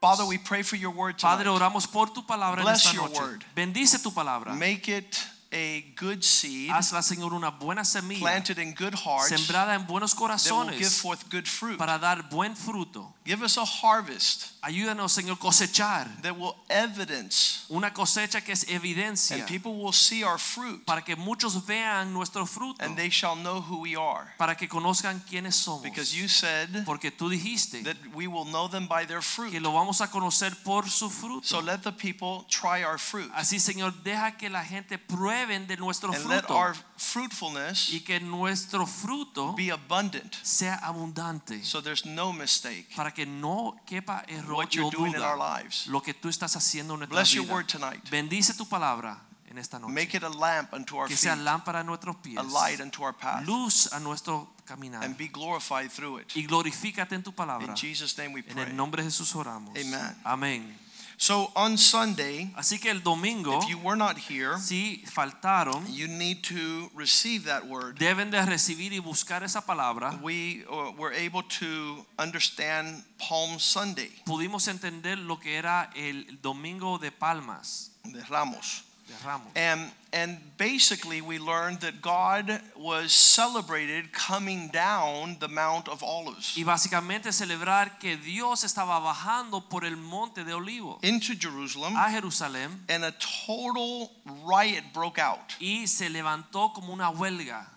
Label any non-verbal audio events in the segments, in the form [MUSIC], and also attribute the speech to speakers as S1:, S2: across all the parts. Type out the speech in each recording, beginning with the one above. S1: Father, we pray for your word
S2: Padre,
S1: tonight.
S2: oramos por tu palabra en
S1: Bless
S2: esta
S1: your
S2: noche.
S1: word.
S2: Bendice tu palabra.
S1: Make it a good seed
S2: Hazla, Señor, una buena semilla
S1: planted in good hearts that
S2: sembrada en buenos
S1: will give
S2: corazones
S1: forth good fruit.
S2: para dar buen fruto.
S1: Give us a harvest
S2: Ayúdanos, Señor, cosechar
S1: that will evidence
S2: una cosecha que es evidencia
S1: and people will see our fruit
S2: para que muchos vean nuestro fruto,
S1: and they shall know who we are.
S2: para que conozcan quiénes somos.
S1: Because you said
S2: Porque tú dijiste
S1: that we will know them by their
S2: que
S1: fruit.
S2: lo vamos a conocer por
S1: So
S2: su fruto.
S1: let the people try our fruit
S2: Así, Señor, deja que la gente prueben de nuestro
S1: and let our
S2: fruto
S1: fruitfulness
S2: y que nuestro fruto
S1: be abundant
S2: sea abundante.
S1: so there's no mistake
S2: para que no quepa error
S1: what you're
S2: o
S1: doing in our
S2: duda
S1: lives.
S2: lo que tú estás haciendo en nuestra
S1: Bless your
S2: vida.
S1: word tonight.
S2: Bendice tu palabra en esta noche.
S1: Make it a lamp unto our
S2: Que
S1: feet,
S2: sea lámpara a nuestros pies,
S1: a light unto our path.
S2: luz a nuestro caminar.
S1: and be glorified through it.
S2: Y glorifícate en tu palabra.
S1: In Jesus' name we
S2: En
S1: pray.
S2: el nombre de Jesús oramos.
S1: Amen.
S2: Amén.
S1: So on Sunday,
S2: Así que el domingo,
S1: if you were not here,
S2: si faltaron,
S1: you need to receive that word.
S2: deben de recibir y buscar esa palabra.
S1: We uh, were able to understand Palm Sunday,
S2: Pudimos entender lo que era el domingo de palmas,
S1: de Ramos.
S2: de ramos.
S1: And, and basically, we learned that God was celebrated coming down the Mount of Olives
S2: Y básicamente celebrar que Dios estaba bajando por el monte de olivo
S1: into Jerusalem,
S2: a Jerusalén
S1: and a total riot broke out.
S2: y se levantó como una huelga,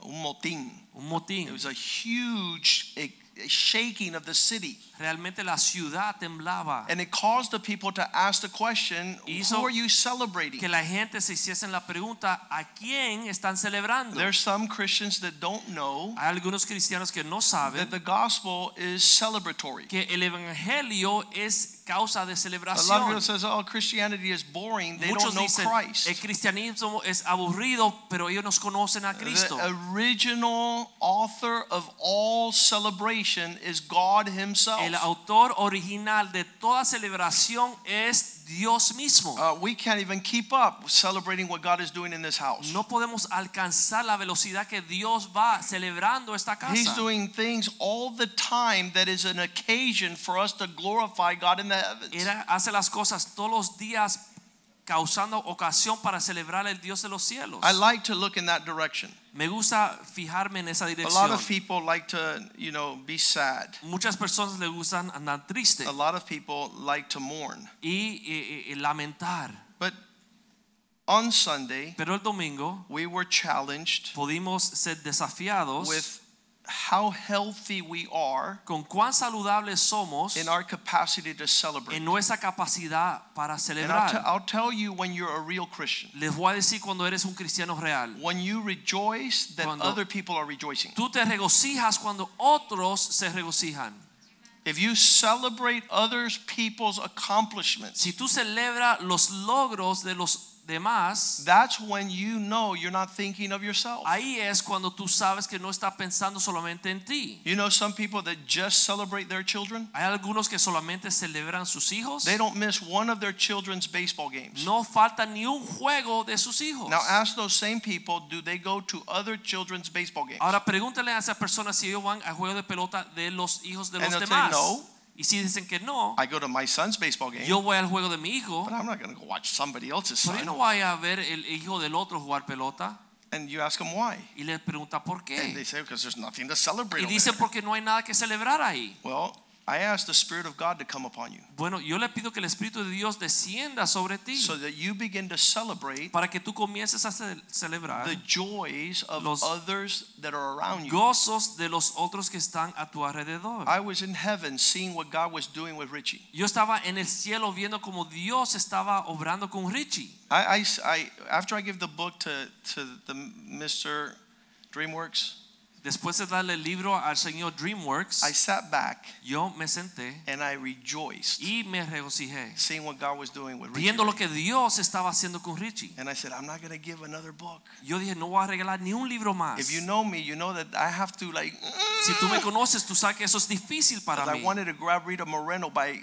S1: Un motín.
S2: un
S1: It
S2: motín.
S1: was a huge a, a shaking of the city.
S2: Realmente la ciudad temblaba.
S1: And it caused the people to ask the question,
S2: Hizo
S1: who are you celebrating?
S2: Que la gente se hiciesen la pregunta, ¿a quién están celebrando?
S1: There's some Christians that don't know
S2: Hay algunos cristianos que no saben
S1: that the gospel is celebratory.
S2: que el evangelio es causa
S1: A lot
S2: de
S1: of
S2: celebración.
S1: people says, oh, Christianity is boring. They don't
S2: Muchos
S1: know
S2: dicen, el
S1: Christ.
S2: cristianismo es aburrido, pero ellos nos conocen a Cristo.
S1: The original author of all celebration is God
S2: El
S1: himself.
S2: autor original de toda celebración es Dios mismo.
S1: Uh, we can't even keep up celebrating what God is doing in this house.
S2: No podemos alcanzar la velocidad que Dios va celebrando esta
S1: He's
S2: casa.
S1: doing things all the time that is an occasion for us to glorify God in the heavens.
S2: Él hace las cosas todos los días causando ocasión para celebrar el Dios de los cielos.
S1: I like to look in that direction.
S2: Me gusta fijarme en esa
S1: A lot
S2: dirección.
S1: of people like to, you know, be sad.
S2: Muchas personas le gustan andar triste
S1: A lot of people like to mourn.
S2: y, y- y lamentar.
S1: But on Sunday,
S2: Pero el domingo
S1: we were challenged
S2: pudimos ser desafiados
S1: with how healthy we are
S2: con cuán saludables somos
S1: in our capacity to celebrate.
S2: en nuestra capacidad
S1: And
S2: para
S1: I'll, t-
S2: celebrar.
S1: I'll tell you when you're a real Christian,
S2: Les voy a decir cuando eres un cristiano real.
S1: when you rejoice, that
S2: Cuando-
S1: other people are rejoicing.
S2: Tú te regocijas cuando otros se regocijan.
S1: If you celebrate others people's accomplishments,
S2: Si tú celebras los logros de los demás,
S1: that's when you know you're not thinking of yourself.
S2: ahí es cuando tú sabes que no estás pensando solamente en ti.
S1: You know some people that just celebrate their children?
S2: Hay algunos que solamente celebran sus hijos.
S1: They don't miss one of their children's baseball games.
S2: No falta ni un juego de sus hijos.
S1: Now ask those same people, do they go to other children's baseball games?
S2: Ahora pregúntale a esas personas si ellos van a juegos de pelota de los hijos de
S1: And
S2: los
S1: they'll say
S2: demás.
S1: no.
S2: Y si dicen que no,
S1: I go to my son's baseball game,
S2: yo voy al juego de mi hijo.
S1: but I'm not going to go watch somebody else's
S2: Pero yo
S1: son.
S2: no voy a ver el hijo del otro jugar pelota.
S1: And you ask them why.
S2: Y le pregunta por
S1: And they
S2: qué.
S1: say, because there's nothing to
S2: Y
S1: celebrate. over
S2: dice
S1: there."
S2: porque no hay nada que celebrar ahí.
S1: Well, I ask the Spirit of God to come upon you
S2: Bueno, yo le pido que el Espíritu de Dios descienda sobre ti
S1: so that you begin to celebrate
S2: para que tú comiences a ce- celebrar
S1: the joys of
S2: Los-
S1: others that are around you.
S2: gozos de los otros que están a tu alrededor.
S1: I was in heaven seeing what God was doing with Richie.
S2: Yo estaba en el cielo viendo como Dios estaba obrando con Richie.
S1: I, I- I- after I give the book to, to the Mr. DreamWorks,
S2: Después de darle el libro al señor
S1: I
S2: DreamWorks,
S1: sat back
S2: yo me senté
S1: and I rejoiced
S2: y me regocijé
S1: seeing what God was doing with Richie.
S2: viendo lo que Dios estaba haciendo con Richie.
S1: And I said, I'm not going to give another book.
S2: Yo dije, no voy a regalar ni un libro más.
S1: If you know me, you know that I have to like.
S2: Si tú me conoces, tú sabes que eso es difícil para
S1: 'cause Ah. I
S2: mí.
S1: wanted to grab Rita Moreno by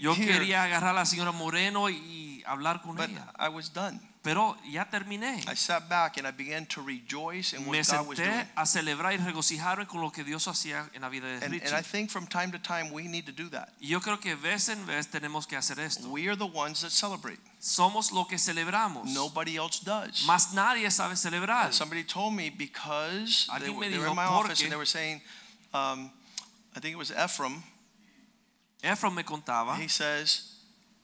S2: Yo
S1: here,
S2: quería agarrar a la señora Moreno y hablar con
S1: but
S2: ella,
S1: I was done.
S2: pero ya terminé.
S1: I sat back and I began to rejoice in
S2: Me
S1: what God was doing.
S2: senté a celebrar y regocijarme con lo que Dios hacía en la vida de
S1: And, and I
S2: Richie.
S1: think from time to time we need to do that.
S2: Y yo creo que vez en vez tenemos que hacer esto.
S1: We are the ones that celebrate.
S2: Somos lo que celebramos.
S1: Nobody else does.
S2: Más nadie sabe celebrar.
S1: Somebody told me because they
S2: Alguien
S1: were,
S2: me
S1: they were
S2: dijo
S1: in my
S2: por
S1: office
S2: qué.
S1: and they were saying, um, I think it was Ephraim,
S2: Efron me contaba
S1: he says,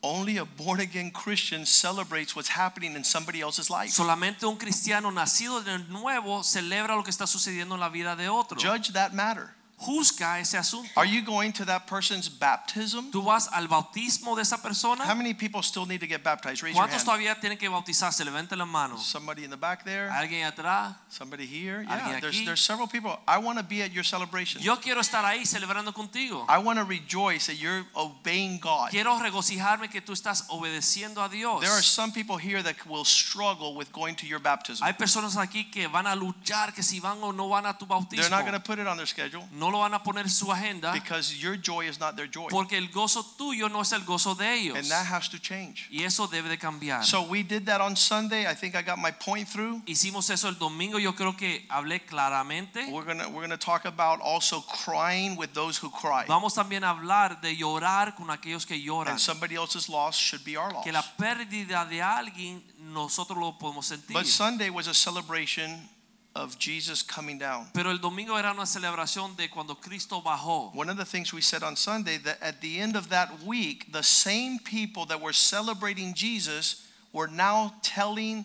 S1: only a born again Christian celebrates what's happening in somebody else's life.
S2: Solamente un cristiano nacido de nuevo celebra lo que está sucediendo en la vida de otro.
S1: Judge that matter.
S2: Juzga ese asunto.
S1: Are you going to that person's baptism?
S2: Tú vas al bautismo de esa
S1: How
S2: persona.
S1: many people still need to get baptized? Raise your
S2: ¿Cuántos
S1: hand.
S2: todavía tienen que bautizarse? Levanten la mano.
S1: Somebody in the back there,
S2: ¿Alguien atrás?
S1: somebody here.
S2: Alguien
S1: Yeah, there's,
S2: aquí.
S1: there's several people. I want to be at your celebration.
S2: Yo quiero estar ahí celebrando contigo.
S1: I want to rejoice that you're obeying God.
S2: Quiero regocijarme que tú estás obedeciendo a
S1: There are
S2: Dios.
S1: some people here that will struggle with going to your baptism.
S2: Hay personas aquí que van a luchar que si van o no van a tu
S1: They're
S2: bautismo.
S1: not going to put it on their schedule
S2: No lo van a poner en su agenda
S1: because your joy is not their joy.
S2: porque el gozo tuyo no es el gozo de ellos.
S1: And that has to change.
S2: Y eso debe de cambiar.
S1: So we did that on Sunday. I think I got my point through.
S2: Hicimos eso el domingo. Yo creo que hablé claramente.
S1: We're going to we're going to talk about also crying with those who cry.
S2: Vamos también a hablar de llorar con aquellos que lloran.
S1: And somebody else's loss should be our loss.
S2: Que la pérdida de alguien nosotros lo podemos sentir.
S1: But Sunday was a celebration of Jesus coming down.
S2: Pero el domingo era una celebración de cuando Cristo bajó.
S1: One of the things we said on Sunday that at the end of that week, the same people that were celebrating Jesus were now telling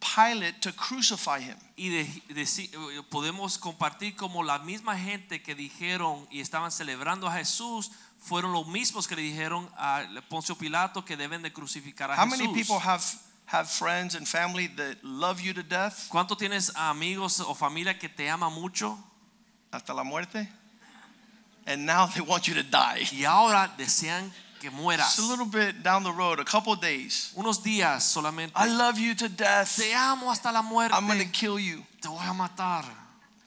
S1: Pilate to crucify him.
S2: Y de- deci- eh, podemos compartir como la misma gente que dijeron y estaban celebrando a Jesús fueron los mismos que le dijeron a Poncio Pilato que deben de crucificar a
S1: How
S2: Jesús.
S1: many people have have friends and family that love you to death
S2: ¿Cuánto tienes amigos o familia que te ama mucho
S1: hasta la muerte? And now they want you to die.
S2: y ahora desean que mueras?
S1: Just a little bit down the road, a couple of days.
S2: Unos días solamente.
S1: I love you to death.
S2: Te amo hasta la muerte.
S1: I'm gonna kill you.
S2: Te voy a matar.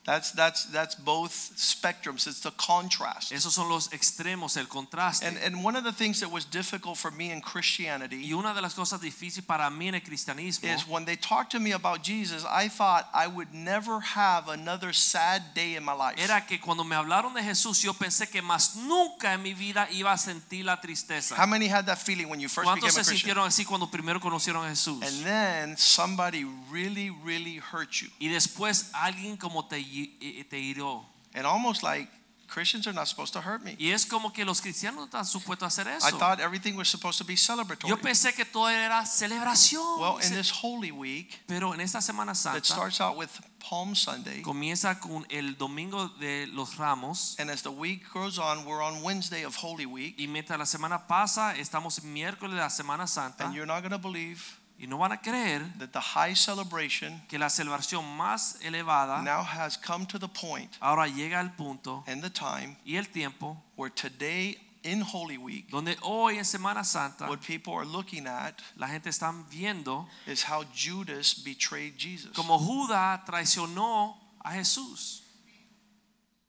S1: That's that's that's both spectrums. It's the contrast.
S2: Esos son los extremos, el contraste.
S1: And and one of the things that was difficult for me in Christianity
S2: y una de las cosas difíciles para mí en el cristianismo
S1: is when they talked to me about Jesus, I thought I would never have another sad day in my life.
S2: era que cuando me hablaron de Jesús yo pensé que más nunca en mi vida iba a sentir la
S1: How
S2: tristeza.
S1: many had that feeling when you first became
S2: ¿Cuántos
S1: a
S2: se
S1: Christian?
S2: sintieron así cuando primero conocieron a Jesús?
S1: And then somebody really, really hurt you.
S2: Y después alguien como te, hi- eh, te hirió.
S1: And almost like Christians are not supposed to hurt me.
S2: Y es como que los cristianos no están supuestos a hacer
S1: I
S2: eso.
S1: thought everything was supposed to be
S2: Yo
S1: celebratory.
S2: pensé que todo era celebración.
S1: Well, in this Holy Week,
S2: Pero en esta Semana
S1: it
S2: Santa
S1: starts out with Palm Sunday.
S2: comienza con el domingo de los ramos.
S1: And as the week goes on, we're on Wednesday of Holy Week.
S2: Y mientras la semana pasa, estamos miércoles de la Semana Santa.
S1: And you're not going to believe
S2: Y no van a creer
S1: that the high celebration
S2: que la celebración más elevada
S1: now has come to the point
S2: ahora llega al punto
S1: and the time
S2: y el tiempo
S1: where today in Holy Week,
S2: donde hoy en Semana Santa
S1: what people are looking at
S2: la gente está viendo
S1: is how Judas betrayed Jesus.
S2: como Judas traicionó a Jesús.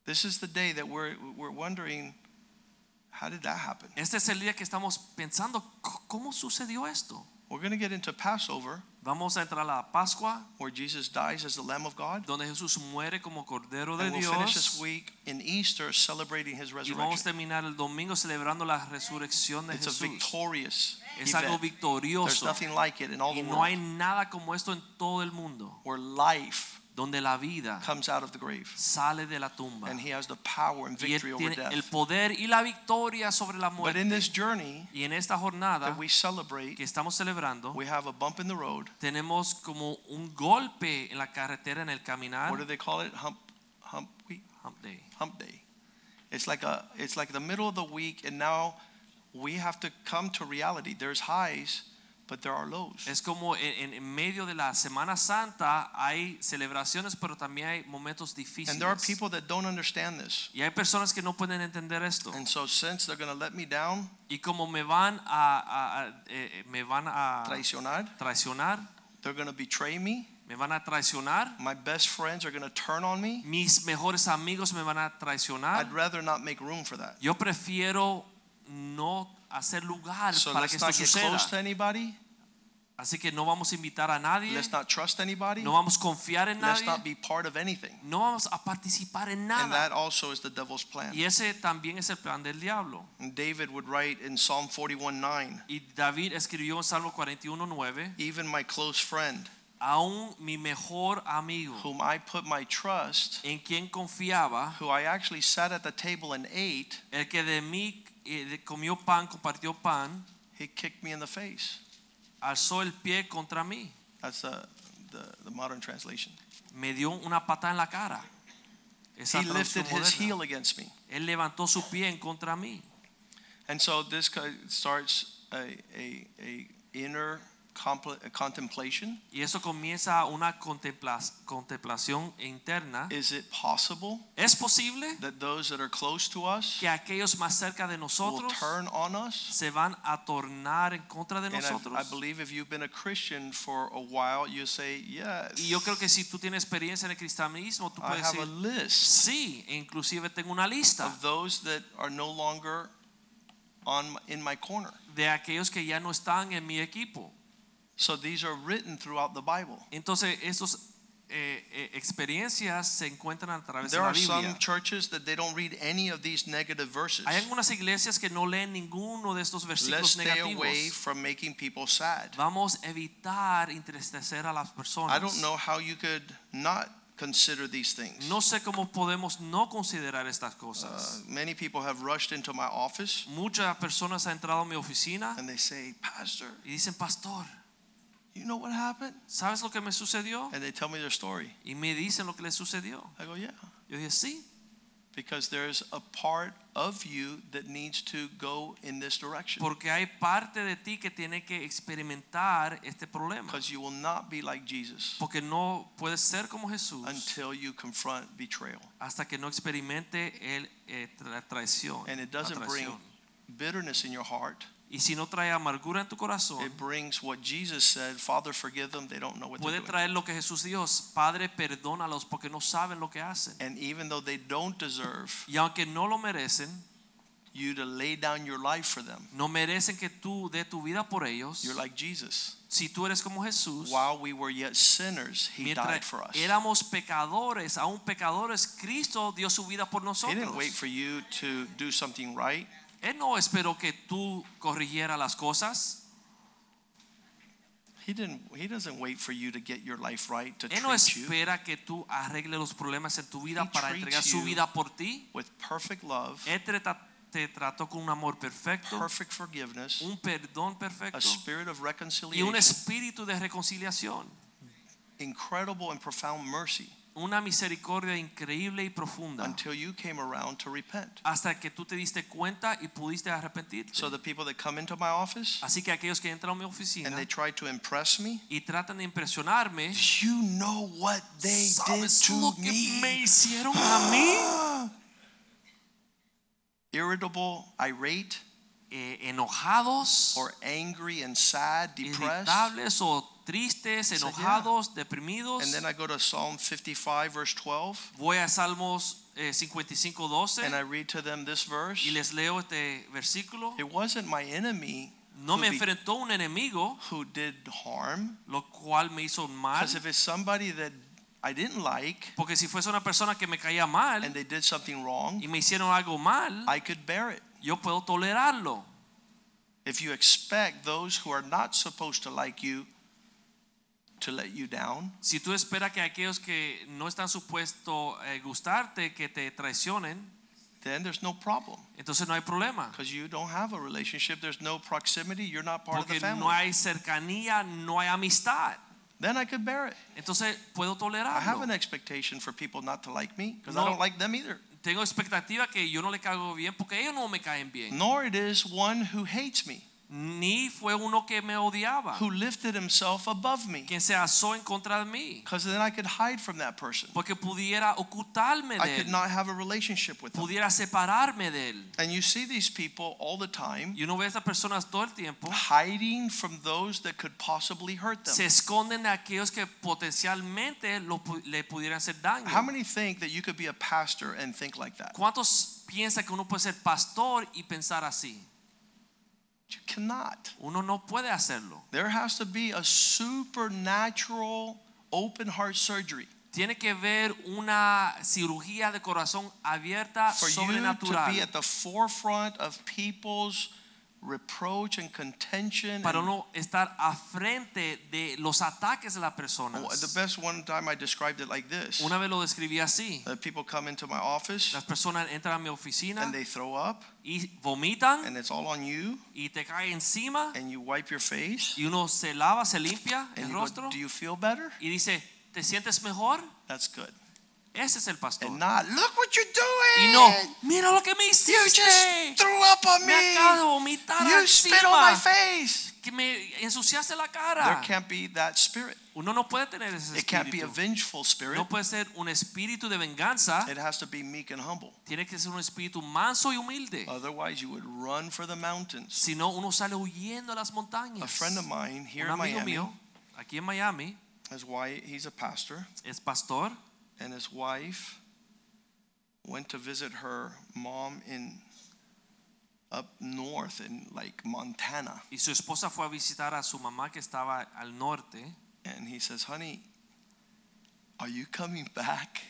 S1: This is the day that we're, we're wondering how did that happen?
S2: Este es el día que estamos pensando, "C- ¿cómo sucedió esto?
S1: We're going to get into Passover
S2: Vamos a entrar a la Pascua,
S1: where Jesus dies as the Lamb of God.
S2: donde Jesús muere como Cordero de
S1: And we'll finish this
S2: Dios.
S1: week in Easter celebrating his
S2: Y vamos a
S1: resurrection.
S2: terminar el domingo celebrando la resurrección de
S1: It's a
S2: Jesús.
S1: victorious
S2: Es algo
S1: event. There's
S2: victorioso.
S1: nothing like it in all
S2: Y
S1: the
S2: no hay
S1: world
S2: nada como esto en todo el mundo,
S1: where life
S2: donde la vida
S1: comes out of the grave.
S2: sale de la tumba.
S1: And he has the power and
S2: Y él
S1: victory over
S2: tiene el
S1: death.
S2: poder y la victoria sobre la
S1: But in
S2: muerte.
S1: this journey
S2: Y en esta jornada
S1: that we
S2: que
S1: celebrate,
S2: estamos celebrando,
S1: we have a bump in the road.
S2: tenemos como un golpe en la carretera en el caminar.
S1: What do they call it? Hump, hump week.
S2: Hump day.
S1: hump day. It's like a it's like the middle of the week and now we have to come to reality. There's highs, but there are lows.
S2: Es como en, en medio de la Semana Santa hay celebraciones, pero también hay momentos
S1: And there are
S2: difíciles.
S1: people that don't understand this.
S2: Y hay personas que no pueden entender esto.
S1: And so since they're going to let me down,
S2: Y como me van a, a- a- eh, eh, me van a
S1: traicionar,
S2: traicionar,
S1: they're going to betray me.
S2: me van a traicionar,
S1: My best friends are going to turn on me.
S2: mis mejores amigos me van a traicionar.
S1: I'd rather not make room for that.
S2: Yo prefiero no hacer lugar
S1: So
S2: para que
S1: let's
S2: esto
S1: not get
S2: suceda.
S1: close to anybody.
S2: Así que no vamos a invitar a nadie,
S1: Let's not trust anybody.
S2: no vamos a confiar en
S1: Let's
S2: nadie,
S1: not be part of anything.
S2: no vamos a participar en
S1: And
S2: nada.
S1: that also is the devil's plan.
S2: Y ese también es el plan del diablo.
S1: And David would write in Psalm 41 9,
S2: Y David escribió en Salmo 41:9,
S1: even my close friend,
S2: aún mi mejor amigo,
S1: whom I put my trust,
S2: en quien confiaba,
S1: who I actually sat at the table and ate,
S2: el que de mí eh, de- comió pan, compartió pan,
S1: he kicked me in the face.
S2: alzó el pie contra mí,
S1: That's the, the, the modern translation.
S2: me dio una patada en la cara. Esa
S1: He lifted
S2: traducción
S1: his
S2: moderna.
S1: heel against me.
S2: Él levantó su pie en contra mí.
S1: And so this co- starts a, a, a inner compl- a contemplation.
S2: Y eso comienza una contempla- contemplación interna.
S1: Is it possible
S2: ¿Es posible
S1: that those that are close to us
S2: que aquellos más cerca de
S1: will
S2: nosotros
S1: turn on us?
S2: se van a tornar en contra de
S1: And I,
S2: nosotros?
S1: I believe if you've been a Christian for a while, you say, yes.
S2: Y yo creo que si tú tienes experiencia en el cristianismo, tú
S1: I
S2: puedes
S1: have a
S2: decir, ah".
S1: list
S2: sí, e inclusive tengo una lista
S1: of those that are no longer on in my corner.
S2: de aquellos que ya no están en mi equipo.
S1: So these are written throughout the Bible.
S2: Entonces, esas experiencias se encuentran a través
S1: There
S2: de la
S1: are
S2: Biblia.
S1: some churches that they don't read any of these negative verses.
S2: Hay algunas iglesias que no leen ninguno de estos
S1: Let's
S2: versículos
S1: stay away
S2: negativos.
S1: from making people sad.
S2: Vamos a evitar entristecer a las personas.
S1: I don't know how you could not consider these things.
S2: No sé cómo podemos no considerar estas
S1: Uh,
S2: cosas.
S1: many people have rushed into my office
S2: Muchas personas han entrado a mi oficina
S1: and they say, Pastor,
S2: y dicen, pastor,
S1: you know what happened?
S2: ¿sabes lo que me sucedió?
S1: And they tell me their story.
S2: Y me dicen lo que les sucedió.
S1: I go, yeah,
S2: Yo dije, sí,
S1: because there's a part of you that needs to go in this direction.
S2: porque hay parte de ti que tiene que experimentar este problema.
S1: Because you will not be like Jesus
S2: Porque no puedes ser como Jesús
S1: until you confront betrayal.
S2: hasta que no experimente el, eh, tra- la traición.
S1: And it
S2: la
S1: doesn't bring
S2: traición.
S1: bitterness in your heart.
S2: Y si no trae amargura en tu corazón,
S1: It brings what Jesus said, Father, forgive them. They don't know what they're
S2: puede
S1: doing.
S2: traer lo que Jesús dijo, Padre, perdónalos porque no saben lo que hacen.
S1: And even though they don't deserve
S2: Y aunque no lo merecen,
S1: you to lay down your life for them,
S2: no merecen que tú dé tu vida por ellos.
S1: you're like Jesus.
S2: si tú eres como Jesús,
S1: While we were yet sinners, he died
S2: mientras
S1: for us. He
S2: éramos pecadores, aún pecadores, Cristo dio su vida por
S1: didn't wait
S2: nosotros.
S1: for you to do something right.
S2: Él no esperó que tú corrigieras las cosas.
S1: He didn't he doesn't wait for you to get your life right to
S2: Él no
S1: treat you
S2: espera que tú arregles los problemas en tu vida
S1: He
S2: para
S1: treats
S2: entregar su
S1: you
S2: vida por ti.
S1: with perfect love,
S2: Él te, tra- te trató con un amor perfecto,
S1: perfect forgiveness,
S2: un perdón
S1: a
S2: perfecto
S1: spirit of
S2: y un
S1: reconciliation,
S2: espíritu de reconciliación,
S1: incredible and profound mercy
S2: una misericordia increíble y profunda.
S1: until you came around to repent.
S2: hasta que tú te diste cuenta y pudiste arrepentirte.
S1: So the people that come into my office
S2: Así que aquellos que entran a mi
S1: and
S2: oficina
S1: they try to impress me,
S2: y tratan de impresionarme,
S1: you know what they did
S2: ¿sabes
S1: to
S2: lo que me
S1: me.
S2: hicieron
S1: [GASPS]
S2: a mí?
S1: Irritable, irate,
S2: Eh, enojados,
S1: or angry and sad, depressed.
S2: irritables o tristes,
S1: So, yeah.
S2: enojados, deprimidos.
S1: And then I go to Psalm 55, verse 12,
S2: Voy a Salmos eh, 55, 12
S1: and I read to them this verse.
S2: y les leo este versículo.
S1: It wasn't my enemy
S2: No
S1: who
S2: me
S1: be-
S2: enfrentó un enemigo,
S1: who did harm.
S2: lo cual me hizo mal.
S1: Because if it's somebody that I didn't like
S2: Porque si fuese una persona que me caía mal
S1: and they did something wrong,
S2: y me hicieron algo mal,
S1: I could bear it.
S2: yo puedo tolerarlo.
S1: If you expect those who are not supposed to like you to let you down,
S2: Si tú esperas que aquellos que no están supuestos eh, gustarte, que te traicionen,
S1: then there's no problem
S2: entonces no hay problema.
S1: because you don't have a relationship. There's no proximity. You're not part of
S2: Porque
S1: the family.
S2: no hay cercanía, no hay amistad.
S1: then I could bear it.
S2: Entonces puedo
S1: I have an
S2: tolerarlo.
S1: expectation for people not to like me because I
S2: No.
S1: don't like them either.
S2: Tengo expectativa que yo no le caigo bien porque ellos no me caen bien.
S1: Nor it is one who hates me.
S2: ni fue uno que me odiaba,
S1: who lifted himself above me
S2: quien se alzó en contra de mí,
S1: because then I could hide from that person.
S2: porque pudiera ocultarme
S1: I
S2: de
S1: could
S2: él,
S1: not have a relationship with them.
S2: pudiera separarme de él.
S1: And you see these people all the time
S2: Y uno ve a estas personas todo el tiempo,
S1: hiding from those that could possibly hurt
S2: se
S1: them.
S2: esconden de aquellos que potencialmente lo pu- le pudieran hacer daño.
S1: How many think that you could be a pastor and think like that?
S2: ¿Cuántos piensan que uno puede ser pastor y pensar así?
S1: You cannot.
S2: Uno no puede hacerlo.
S1: There has to be a supernatural open heart surgery
S2: Tiene que ver una cirugía de corazón abierta
S1: for you to be
S2: Ah, sobrenatural
S1: at the forefront of people's reproach and contention.
S2: para
S1: and-
S2: uno estar a frente de los ataques de las personas.
S1: Oh, the best one time I described it like this.
S2: Una vez lo describí así.
S1: that people come into my office
S2: Las personas entran a mi oficina
S1: and they throw up
S2: y vomitan
S1: and it's all on you
S2: y te cae encima
S1: and you wipe your face
S2: y uno se lava, se limpia
S1: and
S2: el
S1: you go,
S2: rostro
S1: do you feel better?
S2: y dice, ¿te sientes mejor?
S1: That's good.
S2: Ese es el pastor.
S1: And not, look what you're
S2: Y
S1: doing.
S2: no, mira lo que me
S1: You
S2: hiciste.
S1: just threw up on
S2: Me acabo de
S1: me.
S2: vomitar
S1: You spit on my
S2: encima.
S1: face.
S2: Que me ensuciaste la
S1: There
S2: cara.
S1: can't be that spirit.
S2: Uno no puede tener ese
S1: It can't be a
S2: espíritu.
S1: vengeful spirit.
S2: No puede ser un espíritu de venganza.
S1: It has to be meek and humble.
S2: Tiene que ser un espíritu manso y humilde.
S1: Otherwise, you would run for the mountains.
S2: Si no, uno sale huyendo a las montañas.
S1: A friend of mine here
S2: un
S1: in
S2: amigo
S1: Miami,
S2: mío, aquí en Miami,
S1: his wife, he's a pastor,
S2: es pastor
S1: and his wife went to visit her mom in up north in like Montana.
S2: y su esposa fue a visitar a su mamá que estaba al norte
S1: And he says, "Honey, are you coming back?"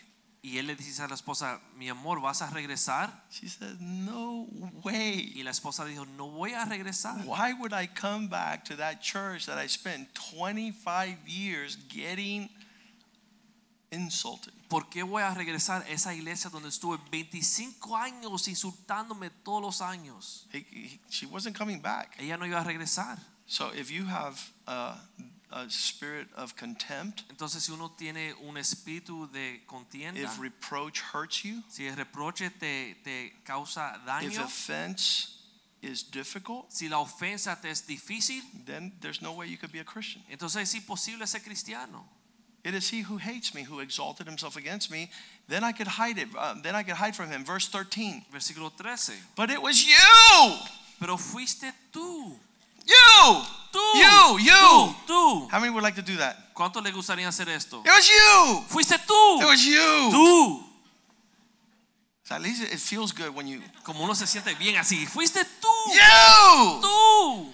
S2: y él le dice a la esposa, mi amor, ¿vas a regresar?
S1: She says, "No way."
S2: Y la esposa dijo, no voy a regresar.
S1: Why would I come back to that church that I spent 25 years getting insulted?
S2: ¿Por qué voy a regresar a esa iglesia donde estuve 25 años insultándome todos los años?
S1: He, he- she wasn't coming back.
S2: Ella no iba a regresar.
S1: So if you have a, a spirit of contempt,
S2: Entonces si uno tiene un espíritu de contienda,
S1: if reproach hurts you,
S2: si el reproche te, te causa
S1: if
S2: daño,
S1: offense is difficult,
S2: si la ofensa te es difícil,
S1: then there's no way you could be a Christian.
S2: entonces es imposible ser cristiano.
S1: It is he who hates me, who exalted himself against me. Then I could hide it. uh, then I could hide from him. Verse 13.
S2: Versículo 13.
S1: But it was you,
S2: Pero fuiste tú.
S1: you,
S2: Tú.
S1: You, you.
S2: Tú. tú.
S1: How many would like to do that?
S2: ¿Cuánto le gustaría hacer esto?
S1: It was you.
S2: Fuiste tú.
S1: It was you.
S2: Tú.
S1: So at least it feels good when you.
S2: Como uno se siente bien así. Fuiste tú.
S1: You!
S2: Tú.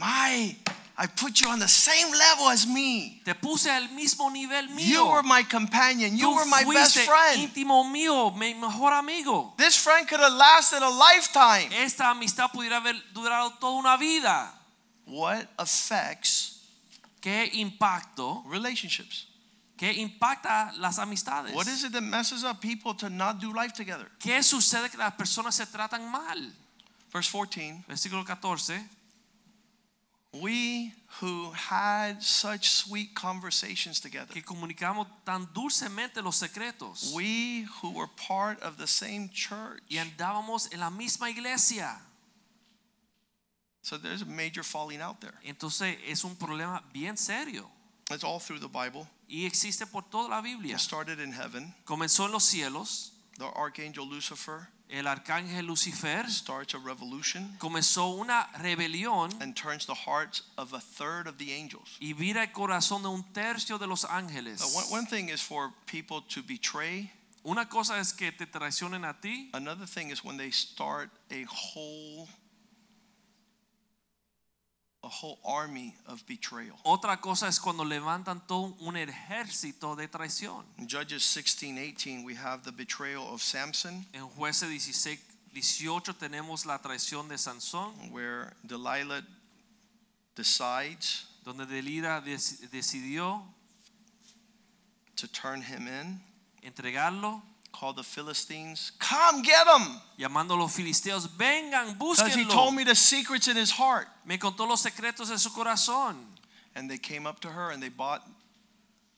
S1: My, I put you on the same level as me.
S2: Te puse al mismo nivel
S1: You
S2: mío.
S1: were my companion. You
S2: Tú
S1: were my best
S2: fuiste
S1: friend.
S2: íntimo mío, mi mejor amigo.
S1: This friend could have lasted a lifetime.
S2: Esta amistad pudiera haber durado toda una vida.
S1: What affects
S2: ¿Qué impacto?
S1: relationships?
S2: ¿Qué impacta las amistades?
S1: What is it that messes up people to not do life together?
S2: ¿Qué sucede que las personas se tratan mal?
S1: Verse 14
S2: Versículo 14.
S1: We who had such sweet conversations together,
S2: que comunicamos tan dulcemente los secretos
S1: we who were part of the same church.
S2: y andábamos en la misma iglesia.
S1: So there's a major falling out there.
S2: Entonces es un problema bien serio
S1: It's all through the Bible.
S2: y existe por toda la Biblia.
S1: It started in heaven.
S2: Comenzó en los cielos,
S1: The archangel Lucifer
S2: el arcángel Lucifer
S1: starts a revolution
S2: comenzó una rebelión
S1: and turns the hearts of a third of the angels.
S2: y vira el corazón de un tercio de los
S1: Uh,
S2: ángeles.
S1: one, one thing is for people to betray,
S2: Una cosa es que te traicionen a ti
S1: another thing is when they start a whole a whole army of betrayal.
S2: otra cosa es cuando levantan todo un ejército de traición.
S1: In Judges 16, 18, we have the betrayal of Samson,
S2: En jueces 16, 18 tenemos la traición de Sansón.
S1: where Delilah decides
S2: donde Delira dec- decidió
S1: to turn him in,
S2: entregarlo,
S1: call the Philistines, come get him.
S2: llamando a los filisteos, vengan,
S1: Because he told
S2: búsquenlo.
S1: me the secrets in his heart.
S2: Me contó los secretos de su corazón.
S1: And they came up to her and they bought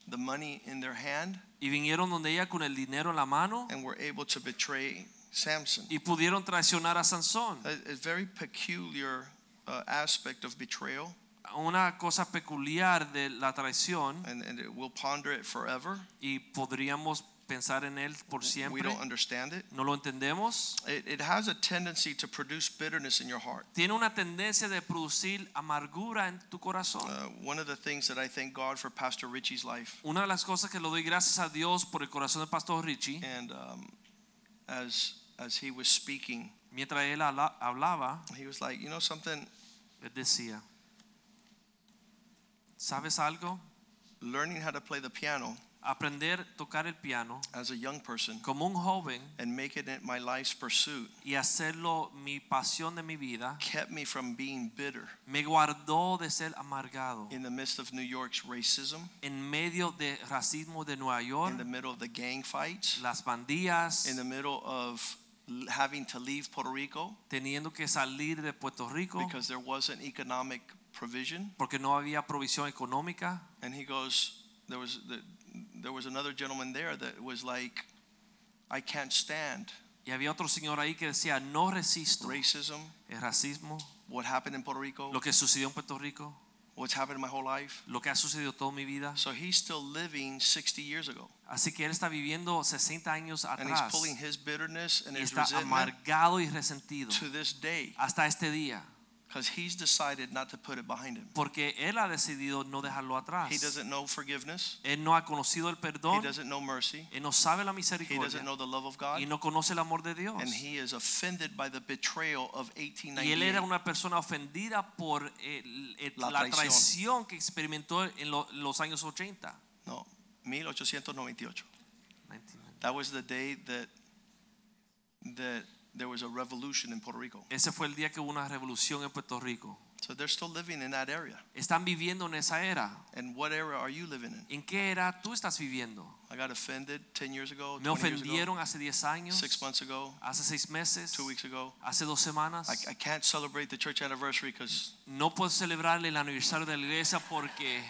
S1: the money in their hand
S2: Y vinieron donde ella con el dinero en la mano
S1: and were able to betray Samson.
S2: y pudieron traicionar a Sansón.
S1: A, a very peculiar uh, uh, aspect of betrayal,
S2: Una cosa peculiar de la traición
S1: and, and it, we'll ponder it forever.
S2: y podríamos pensar en él por
S1: We
S2: siempre.
S1: don't understand it.
S2: No lo entendemos.
S1: it. It has a tendency to produce bitterness in your heart.
S2: Tiene una tendencia de producir amargura en tu corazón.
S1: Uh, one of the things that I thank God for Pastor Richie's life,
S2: Una de las cosas que le doy gracias a Dios por el corazón del pastor Richie,
S1: and um, as as he was speaking,
S2: mientras él habla- hablaba,
S1: he was like, you know something,
S2: él decía, ¿sabes algo?
S1: learning how to play the piano
S2: Aprender a tocar el piano
S1: as a young person
S2: como un joven
S1: and making it my life's pursuit
S2: y hacerlo mi pasión de mi vida
S1: kept me from being bitter
S2: me guardó de ser amargado
S1: in the midst of New York's racism,
S2: en medio de racismo de Nueva
S1: in the
S2: York,
S1: middle of the gang fights,
S2: las bandillas,
S1: in the middle of l- having to leave Puerto Rico
S2: teniendo que salir de Puerto Rico
S1: because there wasn't economic provision.
S2: porque no había provisión económica.
S1: And he goes, there was the, there was another gentleman there that was like, I can't stand
S2: Y había otro señor ahí que decía, no resisto
S1: racism,
S2: el racismo,
S1: what happened in Puerto Rico,
S2: lo que sucedió en Puerto Rico,
S1: what's happened my whole life.
S2: lo que ha sucedido toda mi vida.
S1: So he's still living 60 years ago,
S2: Así que él está viviendo 60 años
S1: and he's
S2: atrás
S1: pulling his bitterness and
S2: y
S1: his
S2: está
S1: resentment
S2: amargado y resentido
S1: to this day
S2: hasta este día
S1: because he's decided not to put it behind him.
S2: porque él ha decidido no dejarlo atrás.
S1: He doesn't know forgiveness.
S2: Él no ha conocido el
S1: He
S2: perdón,
S1: doesn't know mercy.
S2: él no sabe la
S1: He doesn't
S2: misericordia
S1: know the love of God.
S2: y no conoce el amor de Dios.
S1: And he is offended by the betrayal of
S2: Y él era
S1: 1898.
S2: una persona ofendida por el- el-
S1: La
S2: la,
S1: traición.
S2: traición. que experimentó en lo- los años 80.
S1: No, 1898. That was the day that that there was a revolution in Puerto Rico.
S2: Ese fue el día que hubo una revolución en Puerto Rico.
S1: So they're still living in that area.
S2: Están viviendo en esa era.
S1: And what era are you living in?
S2: ¿En qué era tú estás viviendo?
S1: I got offended 10 years ago, 20
S2: Me
S1: years ago,
S2: ofendieron hace 10 años,
S1: 6 months ago,
S2: hace 6 meses,
S1: 2 weeks ago.
S2: hace 2 semanas.
S1: I, I can't celebrate the church anniversary because
S2: No puedo celebrar el aniversario de la iglesia porque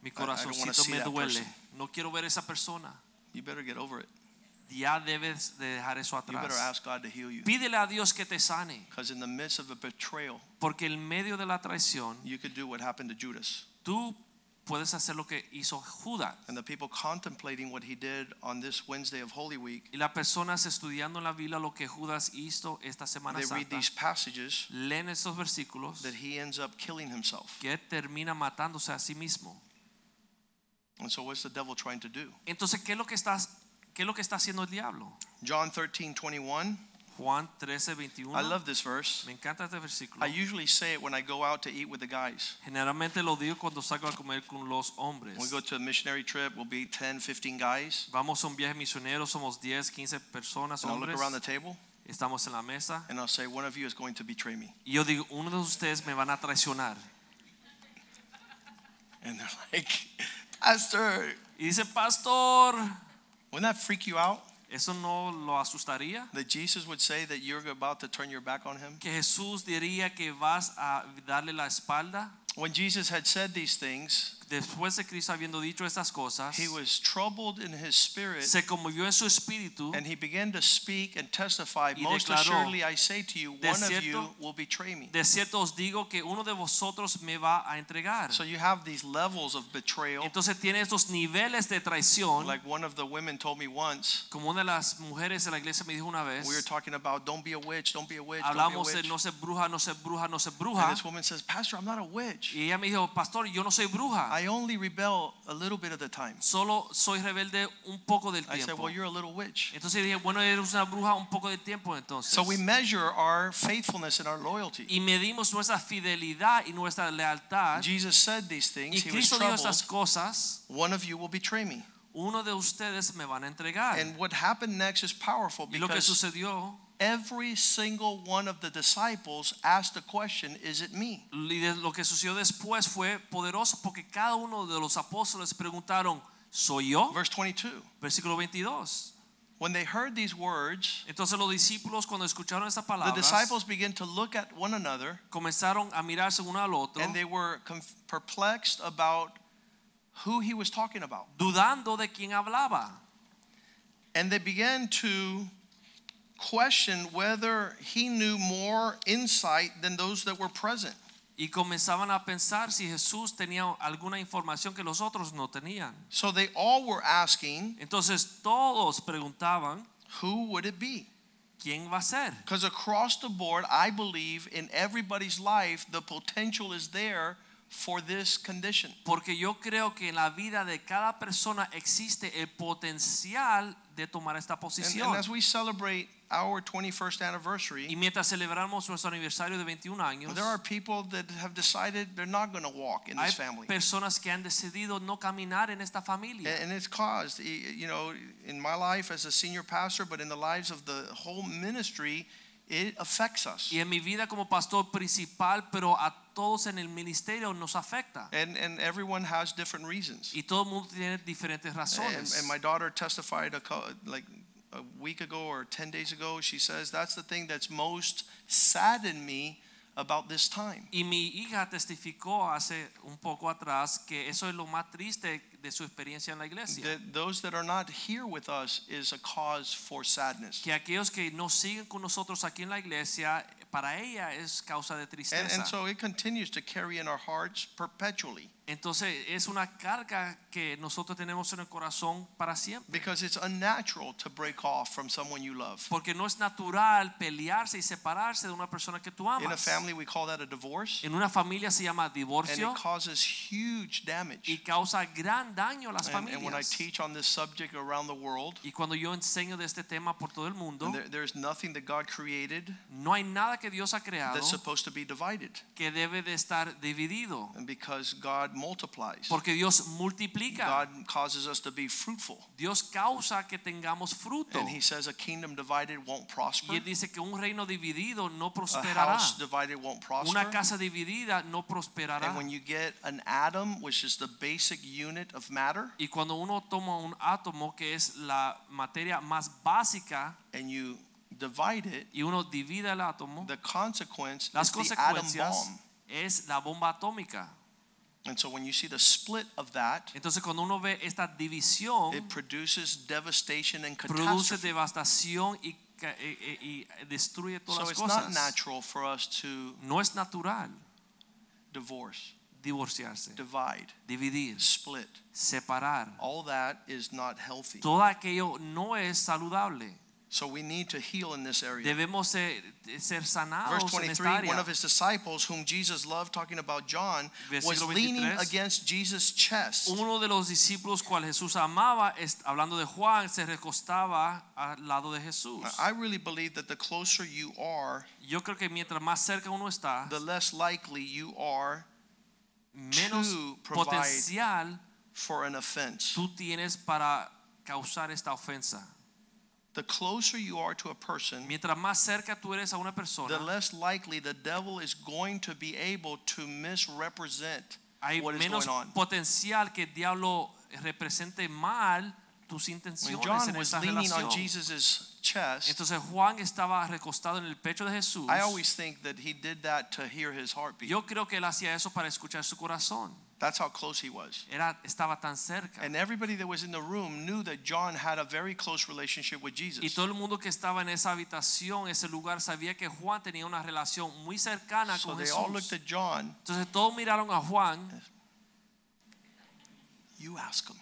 S2: mi
S1: don't wanna
S2: corazoncito
S1: see
S2: me
S1: that
S2: duele.
S1: person.
S2: No quiero ver esa persona.
S1: you better get over it.
S2: Ya debes de dejar eso
S1: You better
S2: atrás.
S1: ask God to heal you.
S2: Pídele a Dios que te sane,
S1: Because in the midst of a betrayal,
S2: porque en medio de la traición
S1: you could do what happened to Judas.
S2: tú puedes hacer lo que hizo Judas.
S1: And the people contemplating what he did on this Wednesday of Holy Week,
S2: Y las personas estudiando en la Biblia lo que Judas hizo esta Semana
S1: they read
S2: Santa,
S1: these passages
S2: leen estos versículos
S1: that he ends up killing himself.
S2: que él termina matándose a sí mismo.
S1: And so, what's the devil trying to do?
S2: Entonces, ¿qué es lo que estás qué es lo que está haciendo el diablo?
S1: John 13, 21.
S2: Juan 13, 21.
S1: I love this verse.
S2: Me encanta este versículo.
S1: I usually say it when I go out to eat with the guys.
S2: Generalmente lo digo cuando salgo a comer con los hombres.
S1: When we go to a missionary trip, we'll be 10, 15 guys.
S2: Vamos a un viaje misionero, somos 10, 15 personas,
S1: And I'll look
S2: hombres.
S1: around the table
S2: Estamos en la mesa.
S1: and I'll say, one of you is going to betray me.
S2: Y yo digo, uno de ustedes me van a traicionar.
S1: And they're [LAUGHS] like, Pastor,
S2: Y dice, pastor,
S1: wouldn't that freak you out
S2: ¿eso no lo asustaría?
S1: that Jesus would say that you're about to turn your back on him?
S2: Que Jesús diría que vas a darle la espalda.
S1: When Jesus had said these things,
S2: Después de Cristo habiendo dicho estas cosas,
S1: he was troubled in his spirit
S2: se conmovió en su espíritu.
S1: and he began to speak and testify,
S2: Y
S1: Most
S2: declaró,
S1: assuredly, I say to you,
S2: "De
S1: one of
S2: cierto,
S1: you will betray me.
S2: De cierto os digo que uno de vosotros me va a entregar.
S1: So you have these levels of betrayal.
S2: Entonces tiene estos niveles de traición.
S1: Like one of the women told me once,
S2: Como una de las mujeres de la iglesia me dijo una vez,
S1: we were talking about don't be a witch, don't be a witch, don't be a
S2: hablamos de
S1: witch.
S2: no ser bruja, no ser bruja, no ser bruja.
S1: And this woman says, Pastor, I'm not a witch.
S2: Y ella me dijo, pastor, yo no soy bruja,
S1: I only rebel a little bit of the time.
S2: solo soy rebelde un poco del
S1: I said,
S2: tiempo.
S1: Well, you're a little witch.
S2: Entonces dije, bueno, eres una bruja un poco del tiempo entonces.
S1: So we measure our faithfulness and our loyalty.
S2: y medimos nuestra fidelidad y nuestra lealtad.
S1: Jesus said these
S2: Y
S1: things. He was
S2: Cristo dijo
S1: troubled.
S2: estas cosas,
S1: One of you will betray me.
S2: uno de ustedes me van a entregar.
S1: And what happened next is powerful
S2: Ah. y lo que
S1: because
S2: sucedió,
S1: every single one of the disciples asked the question, Is it me?
S2: y de- lo que sucedió después fue poderoso porque cada uno de los apóstoles preguntaron, ¿soy yo?
S1: Verse 22.
S2: Versículo 22.
S1: When they heard these words,
S2: Entonces los discípulos cuando escucharon esta
S1: the
S2: palabra
S1: disciples began to look at one another
S2: comenzaron a mirarse uno al otro
S1: and they were conf- perplexed about who he was talking about.
S2: dudando de quién hablaba
S1: And they began to questioned whether he knew more insight than those that were present.
S2: y comenzaban a pensar si Jesús tenía alguna información que los otros no tenían.
S1: So they all were asking,
S2: Entonces todos preguntaban,
S1: who would it be?
S2: ¿quién va a ser?
S1: Because across the board, I believe in everybody's life, the potential is there for this condition.
S2: Porque yo creo que en la vida de cada persona existe el potencial de tomar esta
S1: And, and
S2: posición.
S1: as we celebrate our 21st
S2: Y
S1: anniversary,
S2: mientras celebramos nuestro aniversario de 21 años,
S1: there are people that have decided they're not going to walk in
S2: hay
S1: this family. Eh,
S2: personas que han decidido no caminar en esta familia.
S1: And and it's caused, y- you know, in my life as a senior pastor, but in the lives of the whole ministry, it affects us.
S2: Y en mi vida como pastor principal, pero a todos en el ministerio nos afecta.
S1: And, and everyone has different reasons.
S2: Y todo el mundo tiene diferentes
S1: And,
S2: razones.
S1: and my daughter testified a, cou- like a week ago or 10 days ago. She says, That's the thing that's most saddened me about this time.
S2: Y mi hija testificó hace un poco atrás que eso es lo más triste de su experiencia en la iglesia.
S1: That those that are not here with us is a cause for sadness.
S2: que aquellos que no siguen con nosotros aquí en la iglesia, para ella es causa de
S1: And,
S2: tristeza.
S1: and so it continues to carry in our hearts perpetually
S2: Entonces es una carga que nosotros tenemos en el corazón para siempre.
S1: because it's unnatural to break off from someone you love.
S2: Porque no es natural pelearse y separarse de una persona que tú
S1: In a
S2: amas.
S1: family, we call that a divorce,
S2: En una familia se llama
S1: and
S2: divorcio
S1: it causes huge
S2: y
S1: damage.
S2: causa gran daño a las
S1: And, and when I
S2: familias.
S1: teach on this subject around the world,
S2: Y cuando yo enseño de este tema por todo el mundo,
S1: and there, there's nothing that God created
S2: no hay nada que Dios ha creado
S1: that's supposed to be divided.
S2: que debe de estar dividido.
S1: And because God multiplies,
S2: Porque Dios multiplica,
S1: God causes us to be fruitful.
S2: Dios causa que tengamos fruto.
S1: And He says, a kingdom divided won't prosper,
S2: Y él dice que un reino dividido no
S1: a
S2: prosperará.
S1: house divided won't
S2: Una
S1: prosper.
S2: casa dividida no prosperará.
S1: And when you get an atom, which is the basic unit of matter,
S2: Y cuando uno toma un átomo que es la materia más básica
S1: and you divide it,
S2: y uno divide el átomo,
S1: the consequence
S2: las
S1: is the atom
S2: consecuencias
S1: bomb.
S2: es la bomba atómica.
S1: And so when you see the split of that,
S2: Entonces cuando uno ve esta división,
S1: it produces devastation and
S2: produce
S1: catastrophe.
S2: devastación y, ca- e- e- y destruye
S1: So
S2: todas
S1: it's
S2: las
S1: not
S2: cosas.
S1: natural for us to
S2: No es natural
S1: divorce,
S2: divorciarse,
S1: divide,
S2: dividir,
S1: split.
S2: separar.
S1: All that is not healthy.
S2: Todo aquello no es saludable.
S1: So we need to heal in this area.
S2: Debemos ser, ser
S1: Verse
S2: sanados en
S1: 23,
S2: esta
S1: one
S2: área.
S1: of his disciples, whom Jesus loved, talking about John, was
S2: Versículo
S1: leaning
S2: 23.
S1: against Jesus' chest.
S2: Uno de los discípulos cual Jesús amaba, es- hablando de Juan, se recostaba al lado de Jesús.
S1: I really believe that the closer you are,
S2: Yo creo que mientras más cerca uno está,
S1: the less likely you are
S2: menos
S1: to provide-
S2: potencial
S1: for an offense.
S2: tú tienes para causar esta ofensa.
S1: The closer you are to a person,
S2: Mientras más cerca tú eres a una
S1: the
S2: persona,
S1: less likely the devil is going to be able to misrepresent
S2: hay
S1: what is
S2: menos
S1: going on.
S2: potencial que el diablo represente mal tus
S1: When
S2: intenciones
S1: John
S2: en
S1: was
S2: esta
S1: leaning on
S2: relación.
S1: Jesus' chest,
S2: Entonces Juan estaba recostado en el pecho de Jesús.
S1: I always think that he did that to hear his heartbeat.
S2: Yo creo que él hacía eso para escuchar su corazón.
S1: That's how close he was.
S2: Era, estaba tan cerca.
S1: And everybody that was in the room knew that John had a very close relationship with
S2: Y
S1: Jesus.
S2: todo el mundo que estaba en esa habitación, ese lugar, sabía que Juan tenía una relación muy cercana
S1: So
S2: con
S1: they all looked
S2: Jesús.
S1: at John.
S2: Entonces todos miraron a Juan.
S1: You ask him,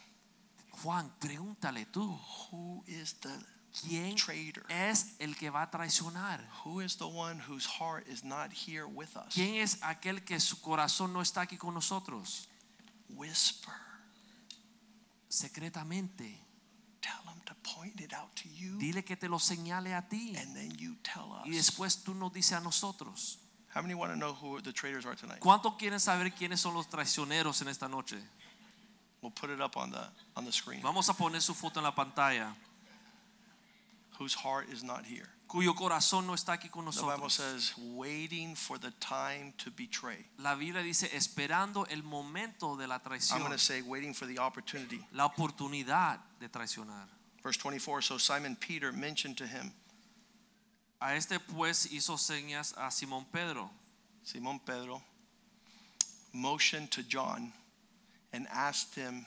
S2: Juan, pregúntale tú,
S1: who is the
S2: ¿quién
S1: traitor?
S2: es el que va a traicionar?
S1: Who is the one whose heart is not here with us?
S2: ¿Quién es aquel que su corazón no está aquí con nosotros?
S1: Whisper.
S2: Secretamente.
S1: Tell him to point it out to you,
S2: Dile que te lo señale a ti.
S1: and then you tell
S2: Y
S1: us.
S2: después tú nos dices a nosotros.
S1: How many want to know who the traitors are tonight?
S2: ¿Cuántos quieren saber quiénes son los traicioneros en esta noche?
S1: We'll put it up on the on the screen.
S2: Vamos a poner su foto en la pantalla.
S1: Whose heart is not here?
S2: Cuyo corazón no está aquí con
S1: The Bible
S2: nosotros.
S1: says, waiting for the time to betray.
S2: La Biblia dice esperando el momento de la
S1: I'm going
S2: traición,
S1: to say, waiting for the opportunity.
S2: la oportunidad de traicionar.
S1: Verse 24 So Simon Peter mentioned to him,
S2: A este pues hizo señas a Simón Pedro
S1: Simon Pedro, motioned to John and asked him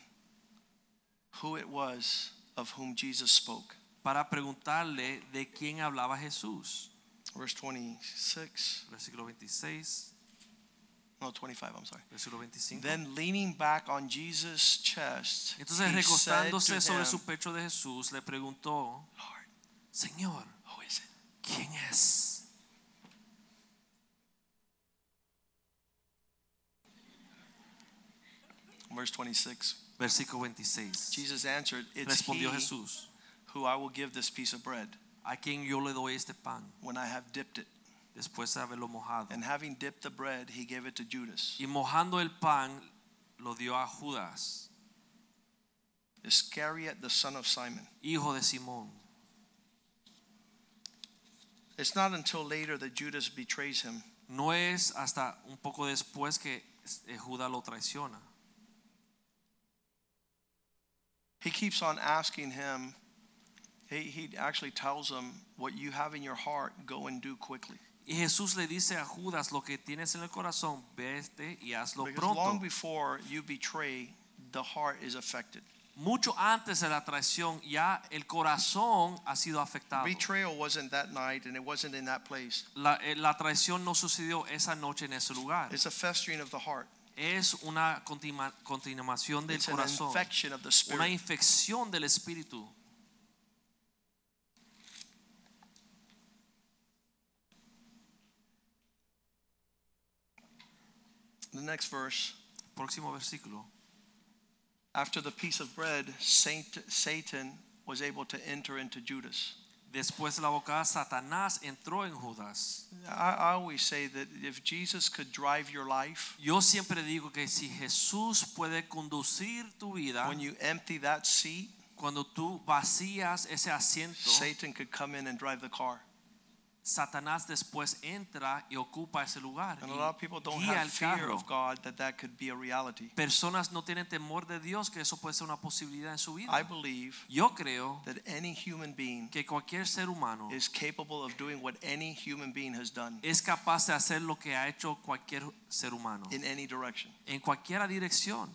S1: who it was of whom Jesus spoke.
S2: para preguntarle de quién hablaba Jesús.
S1: Verse 26,
S2: Versículo 26,
S1: no, 25, I'm sorry.
S2: versículo 25.
S1: Then leaning back on Jesus' chest,
S2: Entonces
S1: he said to
S2: recostándose sobre
S1: him,
S2: su pecho de Jesús le preguntó,
S1: Lord,
S2: Señor,
S1: who is it?
S2: ¿quién es?
S1: Verse 26,
S2: Versículo 26.
S1: Jesus answered, It's
S2: Respondió
S1: he
S2: Jesús,
S1: who I will give this piece of bread
S2: ¿a quién yo le doy este pan
S1: when I have dipped it.
S2: después de haberlo mojado?
S1: And having dipped the bread, he gave it to Judas
S2: Y mojando el pan lo dio a Judas,
S1: Iscariot, the son of Simon.
S2: hijo de Simón.
S1: It's not until later that Judas betrays him.
S2: No es hasta un poco después que eh, Judas lo traiciona.
S1: He keeps on asking him. He, he actually tells him, What you have in your heart, go and do quickly.
S2: Y Jesús le dice a Judas, lo que tienes en el corazón, vete y hazlo
S1: Because long
S2: pronto.
S1: before you betray, the heart is affected.
S2: Mucho antes de la traición, ya el corazón ha sido afectado.
S1: Betrayal wasn't that night and it wasn't in that place.
S2: La, eh, la traición no sucedió esa noche en ese lugar.
S1: It's a festering of the heart,
S2: Es una continua- continuación del
S1: it's an
S2: corazón,
S1: infection of the
S2: una
S1: spirit.
S2: infección del espíritu.
S1: The next verse
S2: Próximo versículo.
S1: after the piece of bread, Saint, Satan was able to enter into Judas.
S2: Después de la bocada, Satanás entró en Judas.
S1: I, I always say that if Jesus could drive your life,
S2: Yo siempre digo que si Jesús puede conducir tu vida,
S1: when you empty that seat,
S2: cuando tú vacías ese asiento,
S1: Satan could come in and drive the car.
S2: Satanás después entra y ocupa ese lugar.
S1: And a
S2: y
S1: lot of people don't
S2: guía
S1: have
S2: el
S1: fear
S2: carro.
S1: of God that that could be a reality.
S2: Personas no tienen temor de Dios que eso puede ser una posibilidad en su vida.
S1: I believe
S2: Yo creo
S1: that any human being
S2: que cualquier ser humano
S1: is capable of doing what any human being has done
S2: es capaz de hacer lo que ha hecho cualquier ser humano
S1: in any direction.
S2: en cualquier dirección.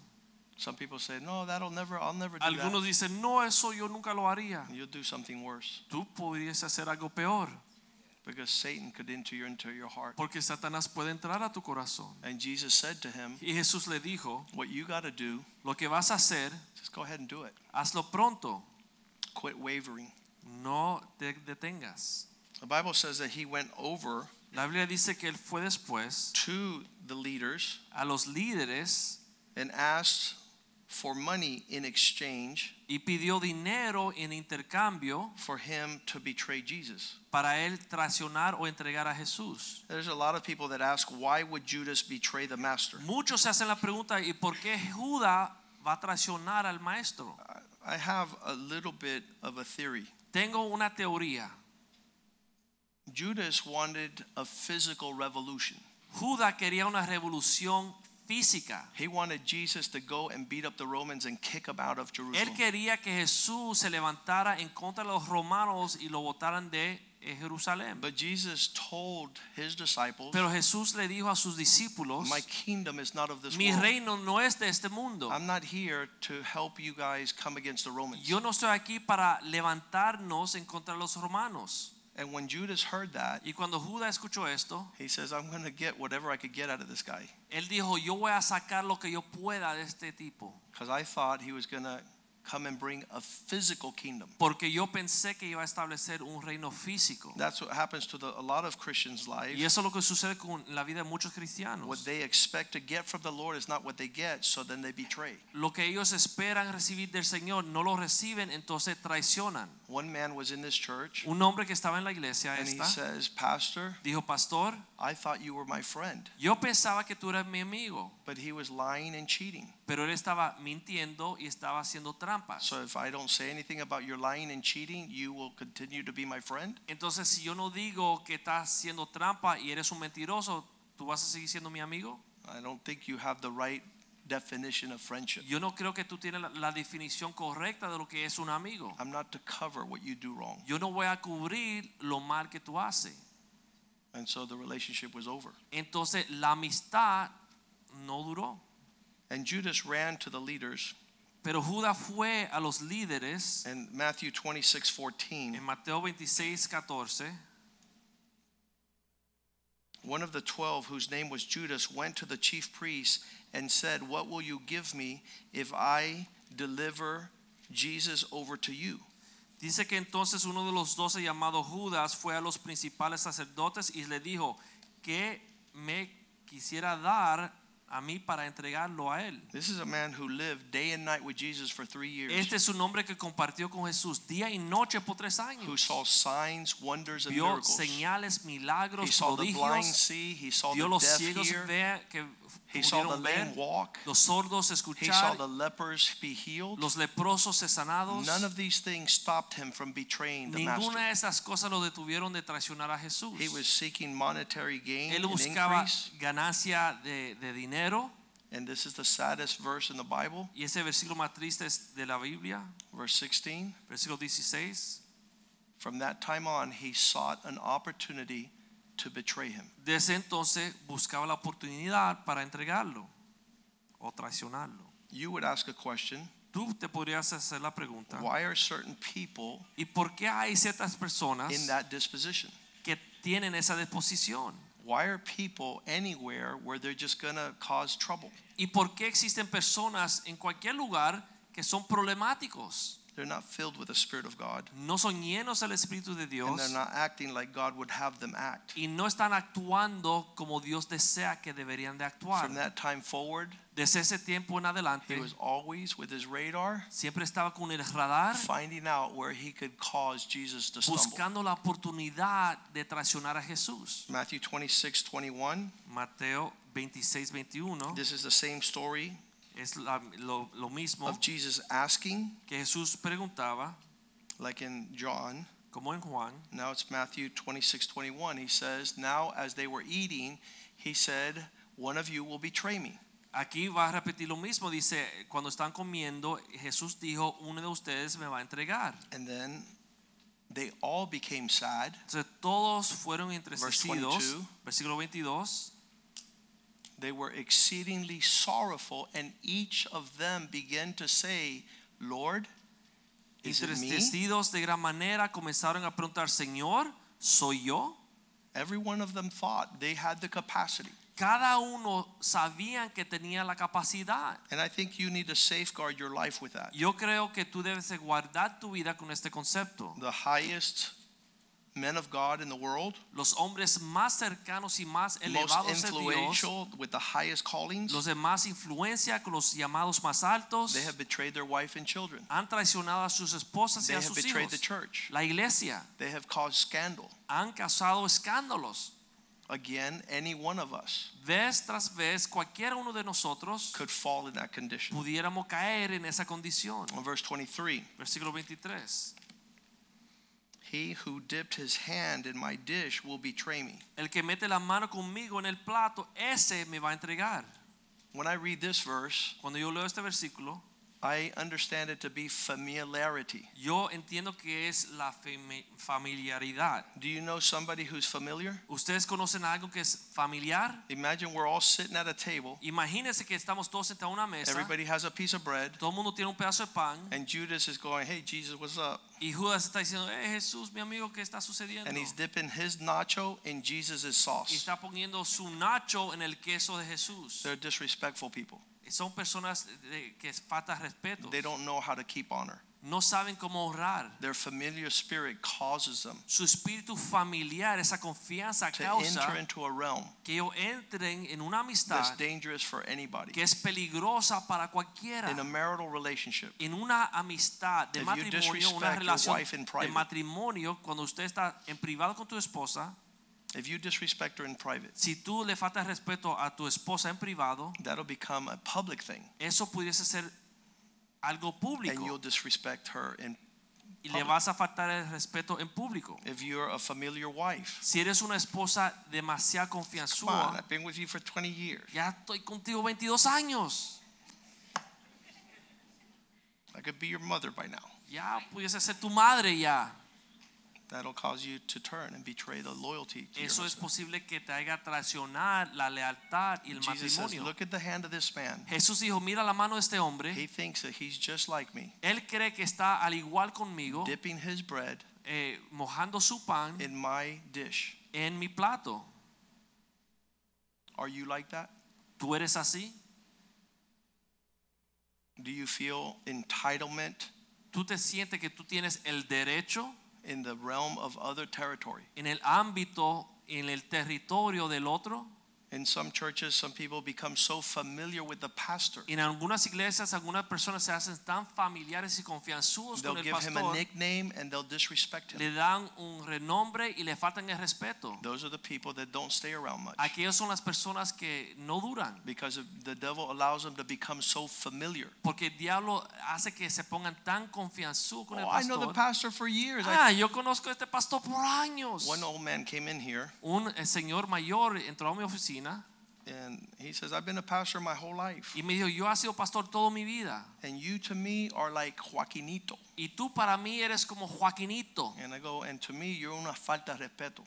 S1: Some people say, "No, that'll never. I'll never do
S2: Algunos dicen, "No, eso yo nunca lo haría."
S1: that." You'll do something worse
S2: Tú podrías hacer algo peor,
S1: because Satan could enter your into your heart.
S2: porque Satanás puede entrar a tu corazón.
S1: And Jesus said to him,
S2: Y Jesús le dijo,
S1: "What you got to do,
S2: "Lo que vas a hacer,
S1: just go ahead and do it.
S2: hazlo pronto.
S1: Quit wavering."
S2: No te detengas."
S1: The Bible says that he went over
S2: La Biblia dice que él fue después
S1: to the leaders
S2: a los líderes
S1: and asked for money in exchange
S2: y pidió dinero en intercambio
S1: for him to betray Jesus.
S2: para él traicionar o entregar a Jesús.
S1: There's a lot of people that ask, "Why would Judas betray the master?"
S2: Muchos se hacen la pregunta, ¿y por qué Judas va a traicionar al maestro?
S1: I- I have a little bit of a theory.
S2: Tengo una teoría.
S1: Judas wanted a physical revolution.
S2: Judas quería una revolución física.
S1: He wanted Jesus to go and beat up the Romans and kick them out of
S2: Él
S1: Jerusalem.
S2: quería que Jesús se levantara en contra de los romanos y lo botaran de eh, Jerusalén.
S1: But Jesus told his disciples,
S2: Pero Jesús le dijo a sus discípulos,
S1: My kingdom is not of this
S2: mi
S1: world.
S2: reino no es de este mundo.
S1: I'm not here to help you guys come against the Romans.
S2: Yo no estoy aquí para levantarnos en contra de los romanos.
S1: And when Judas heard that,
S2: Y cuando Judas escuchó esto,
S1: he says, I'm going to get whatever I could get out of this guy.
S2: él dijo, yo voy a sacar lo que yo pueda de este tipo.
S1: Because I thought he was going to come and bring a physical kingdom.
S2: Porque yo pensé que iba a establecer un reino físico.
S1: That's what happens to the, a lot of Christians'
S2: Y
S1: lives.
S2: eso es lo que sucede con la vida de muchos
S1: What
S2: cristianos.
S1: they expect to get from the Lord is not what they get, so then they betray.
S2: Lo que ellos esperan recibir del Señor no lo reciben, entonces traicionan.
S1: One man was in this church,
S2: Un hombre que estaba en la iglesia
S1: and he
S2: esta
S1: says, Pastor,
S2: dijo, pastor,
S1: I thought you were my friend.
S2: yo pensaba que tú eras mi amigo,
S1: But he was lying and cheating.
S2: pero él estaba mintiendo y estaba haciendo trampas.
S1: So if I don't say anything about your lying and cheating, you will continue to be my friend?
S2: Entonces, si yo no digo que estás haciendo trampa y eres un mentiroso, ¿tú vas a seguir siendo mi amigo?
S1: I don't think you have the right definition of friendship.
S2: Yo no creo que tú tienes la, la definición correcta de lo que es un amigo.
S1: I'm not to cover what you do wrong.
S2: Yo no voy a cubrir lo mal que tú haces.
S1: And so the relationship was over.
S2: Entonces, la amistad no duró.
S1: And Judas ran to the leaders
S2: Pero Judas fue a los líderes
S1: In Matthew 26, 14,
S2: en Mateo 26, 14.
S1: one of the twelve, whose name was Judas, went to the chief priests and said, What will you give me if I deliver Jesus over to you?
S2: Dice que entonces uno de los doce llamado Judas fue a los principales sacerdotes y le dijo que me quisiera dar a mí para entregarlo a él.
S1: This is a man who lived day and night with Jesus for three years,
S2: Este es un hombre que compartió con Jesús día y noche por tres
S1: who
S2: años.
S1: saw signs, wonders, and
S2: Vio
S1: miracles.
S2: señales,
S1: He
S2: milagros,
S1: saw the blind
S2: prodigios.
S1: see, he saw
S2: Vio
S1: the
S2: los
S1: deaf
S2: ciegos
S1: hear,
S2: ver, que
S1: he saw the
S2: pudieron
S1: lame
S2: ver,
S1: walk,
S2: los sordos
S1: he saw
S2: escuchar,
S1: the lepers be healed.
S2: los leprosos ser sanados.
S1: None of these things stopped him from betraying the master.
S2: Ninguna de esas cosas lo detuvieron de traicionar a Jesús.
S1: He was seeking monetary gain
S2: Él
S1: and
S2: buscaba
S1: increase.
S2: ganancia de, de dinero.
S1: And this is the saddest verse in the Bible,
S2: Y ese versículo más triste es de la Biblia,
S1: verse 16.
S2: versículo 16.
S1: From that time on, he sought an opportunity to betray him.
S2: Desde entonces buscaba la oportunidad para entregarlo o traicionarlo.
S1: You would ask a question
S2: Tú te podrías hacer la pregunta,
S1: why are certain people
S2: ¿y por qué hay ciertas personas
S1: in that disposition?
S2: que tienen esa disposición?
S1: Why are people anywhere where they're just going to cause trouble?
S2: ¿Y por qué existen personas en cualquier lugar que son problemáticos?
S1: They're not filled with the Spirit of God,
S2: No son llenos del Espíritu de
S1: and
S2: Dios
S1: they're not acting like God would have them act.
S2: y no están actuando como Dios desea que deberían de actuar.
S1: From that time forward,
S2: Desde ese tiempo en
S1: he
S2: adelante,
S1: was always with his radar,
S2: siempre estaba con el radar
S1: finding out where he could cause Jesus to stumble.
S2: buscando la oportunidad de traicionar a Jesús.
S1: Matthew 26, 21.
S2: Mateo 26, 21
S1: This is the same story
S2: es la- lo, lo mismo
S1: of Jesus asking,
S2: que Jesús preguntaba,
S1: like in John.
S2: como en Juan.
S1: Now it's Matthew 26, 21. He says, Now as they were eating, he said, One of you will betray me.
S2: Aquí va a repetir lo mismo, dice, cuando están comiendo, Jesús dijo, uno de ustedes me va a entregar.
S1: And then they all became sad.
S2: Entonces todos fueron
S1: Verse
S2: entristecidos,
S1: 22.
S2: versículo 22,
S1: They were exceedingly sorrowful, and each of them began to say, Lord, is it me?
S2: entristecidos de gran manera, comenzaron a preguntar, Señor, ¿soy yo?
S1: Every one of them thought they had the capacity.
S2: Cada uno sabían que tenía la capacidad.
S1: And I think you need to safeguard your life with that.
S2: Yo creo que tú debes de guardar tu vida con este concepto.
S1: The highest men of God in the world,
S2: Los hombres más cercanos y más
S1: most
S2: elevados de Dios,
S1: influential, with the highest callings,
S2: los de más influencia, con los llamados más altos,
S1: they have betrayed their wife and children.
S2: han traicionado a sus esposas
S1: They
S2: y a
S1: have
S2: sus
S1: betrayed the
S2: hijos.
S1: church.
S2: La iglesia
S1: They have caused scandal.
S2: han causado escándalos.
S1: Again, any one of us
S2: Vez tras vez, cualquiera uno de nosotros
S1: could fall in that condition.
S2: pudiéramos caer en esa condición.
S1: On verse 23,
S2: Versículo 23.
S1: he who dipped his hand in my dish will betray me.
S2: El que mete la mano conmigo en el plato, ese me va a entregar.
S1: When I read this verse,
S2: Cuando yo leo este versículo,
S1: I understand it to be familiarity.
S2: Yo entiendo que es la fami- familiaridad.
S1: Do you know somebody who's familiar?
S2: ¿Ustedes conocen algo que es familiar?
S1: Imagine we're all sitting at a table.
S2: Imagínense que estamos todos sentados a una mesa.
S1: Everybody has a piece of bread.
S2: todo el mundo tiene un pedazo de pan
S1: And Judas is going, Hey, Jesus, what's up?
S2: y Judas está diciendo, "Eh, Jesús, mi amigo, ¿qué está sucediendo?"
S1: And he's dipping his nacho in Jesus'
S2: Y
S1: sauce.
S2: está poniendo su nacho en el queso de Jesús.
S1: They're disrespectful people.
S2: Son personas de- que faltan respeto.
S1: They don't know how to keep honor.
S2: No saben cómo honrar.
S1: Their familiar spirit causes them
S2: Su espíritu familiar, esa confianza
S1: to enter
S2: causa
S1: into a realm
S2: que ellos entren en una
S1: that's
S2: amistad
S1: dangerous for anybody.
S2: que es peligrosa para cualquiera.
S1: In a marital relationship,
S2: en una amistad de
S1: If you
S2: matrimonio,
S1: disrespect
S2: una
S1: your
S2: relación
S1: wife in
S2: de
S1: private.
S2: matrimonio, cuando usted está en privado con tu esposa,
S1: if you disrespect her in private,
S2: si tú le faltas respeto a tu esposa en privado,
S1: that'll become a public thing,
S2: eso pudiese ser algo
S1: and you'll
S2: público
S1: disrespect her. And
S2: y le vas a faltar el respeto en público.
S1: if you're a familiar wife,
S2: Si eres una esposa demasiado
S1: come on,
S2: confianzuda,
S1: I've been with you for 20 years.
S2: ya estoy contigo 22 años,
S1: I could be your mother by now.
S2: ya pudiese ser tu madre ya.
S1: that'll cause you to turn and betray the loyalty to your
S2: Eso es
S1: husband.
S2: posible que te haga traicionar la lealtad y el
S1: Jesus says,
S2: matrimonio.
S1: look at the hand of this man.
S2: Jesús dijo, mira la mano de este hombre.
S1: He thinks that he's just like me,
S2: Él cree que está al igual conmigo,
S1: dipping his bread
S2: eh, mojando su pan
S1: in my dish.
S2: en mi plato.
S1: Are you like that?
S2: ¿Tú eres así?
S1: Do you feel entitlement
S2: ¿Tú te sientes que tú tienes el derecho
S1: in the realm of other territory?
S2: en el ámbito, en el territorio del otro?
S1: In some churches, some people become so familiar with the pastor,
S2: En algunas iglesias algunas personas se hacen tan familiares y confianzudos
S1: they'll
S2: con el
S1: give him a
S2: pastor,
S1: nickname and they'll disrespect him.
S2: le dan un renombre y le faltan el respeto.
S1: Those are the people that don't stay around much
S2: Aquellos son las personas que no duran,
S1: because of- the devil allows them to become so familiar.
S2: porque el diablo hace que se pongan tan confianzudos con el
S1: Oh, I know the
S2: pastor.
S1: pastor for years. I-
S2: Ah, yo conozco a este pastor por años.
S1: One old man came in here
S2: Un eh, señor mayor entró a mi oficina
S1: and he says, I've been a pastor my whole life.
S2: y me dijo, yo he sido pastor toda mi vida.
S1: And you to me are like Joaquinito.
S2: Y tú para mí eres como Joaquinito.
S1: And I go, and to me, you're una falta de respeto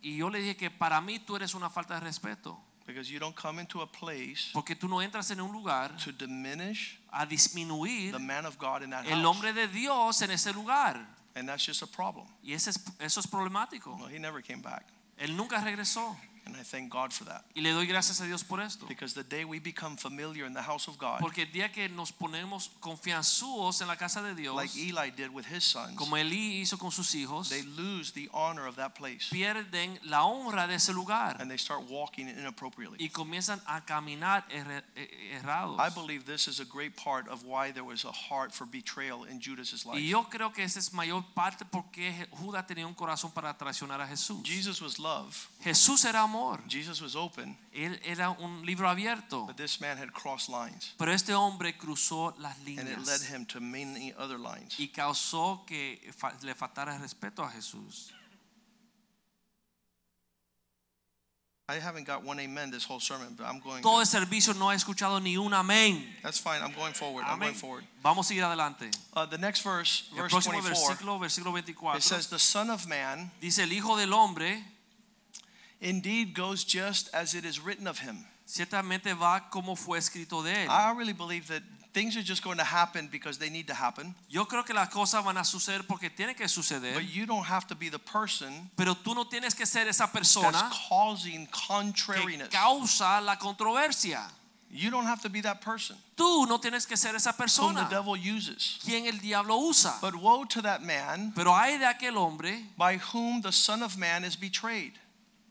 S2: Y yo le dije que para mí tú eres una falta de respeto.
S1: because you don't come into a place
S2: Porque tú no entras en un lugar
S1: to diminish
S2: a disminuir
S1: the man of God in that
S2: el
S1: house.
S2: hombre de Dios en ese lugar.
S1: And that's just a problem.
S2: Y ese es- eso es problemático.
S1: Well, he never came back.
S2: Él nunca regresó.
S1: And I thank God for that.
S2: Y le doy gracias a Dios por esto.
S1: Because the day we become familiar in the house of God,
S2: Porque el día que nos ponemos confianzudos en la casa de Dios,
S1: like Eli did with his sons,
S2: como Elí hizo con sus hijos,
S1: they lose the honor of that place
S2: pierden la honra de ese lugar
S1: and they start walking inappropriately.
S2: y comienzan a caminar erre- eh, errados.
S1: I believe this is a great part of why there was a heart for betrayal in Judas's
S2: Y
S1: life.
S2: yo creo que esa es mayor parte porque Je- Judas tenía un corazón para traicionar a Jesús.
S1: Jesus was love,
S2: Jesús era amor.
S1: Jesus was open,
S2: Él era un libro abierto.
S1: but this man had crossed lines
S2: Pero este hombre cruzó las
S1: and it led
S2: líneas
S1: him to many other lines.
S2: y causó que fa- le faltara el respeto a Jesús.
S1: I haven't got one amen this whole sermon, but I'm going.
S2: Todo el servicio no ha escuchado ni un amén.
S1: That's fine. I'm going forward. I'm going
S2: Amén.
S1: forward.
S2: Vamos a ir adelante.
S1: Uh, the next verse,
S2: El
S1: verse
S2: próximo
S1: 24,
S2: versículo, versículo
S1: it
S2: 24,
S1: says, The Son of Man
S2: dice el Hijo del Hombre
S1: indeed goes just as it is written of him.
S2: ciertamente va como fue escrito de él.
S1: I really believe that things are just going to happen because they need to happen.
S2: Yo creo que las cosas van a suceder porque tienen que
S1: But
S2: suceder.
S1: you don't have to be the person
S2: Pero tú no tienes que ser esa
S1: that's
S2: persona
S1: causing
S2: que
S1: contrariness.
S2: causa la controversia.
S1: You don't have to be that person
S2: Tú no tienes que ser esa
S1: whom the
S2: persona
S1: devil uses.
S2: quien el diablo usa.
S1: But woe to that man
S2: Pero hay de aquel hombre
S1: by whom the Son of Man is betrayed.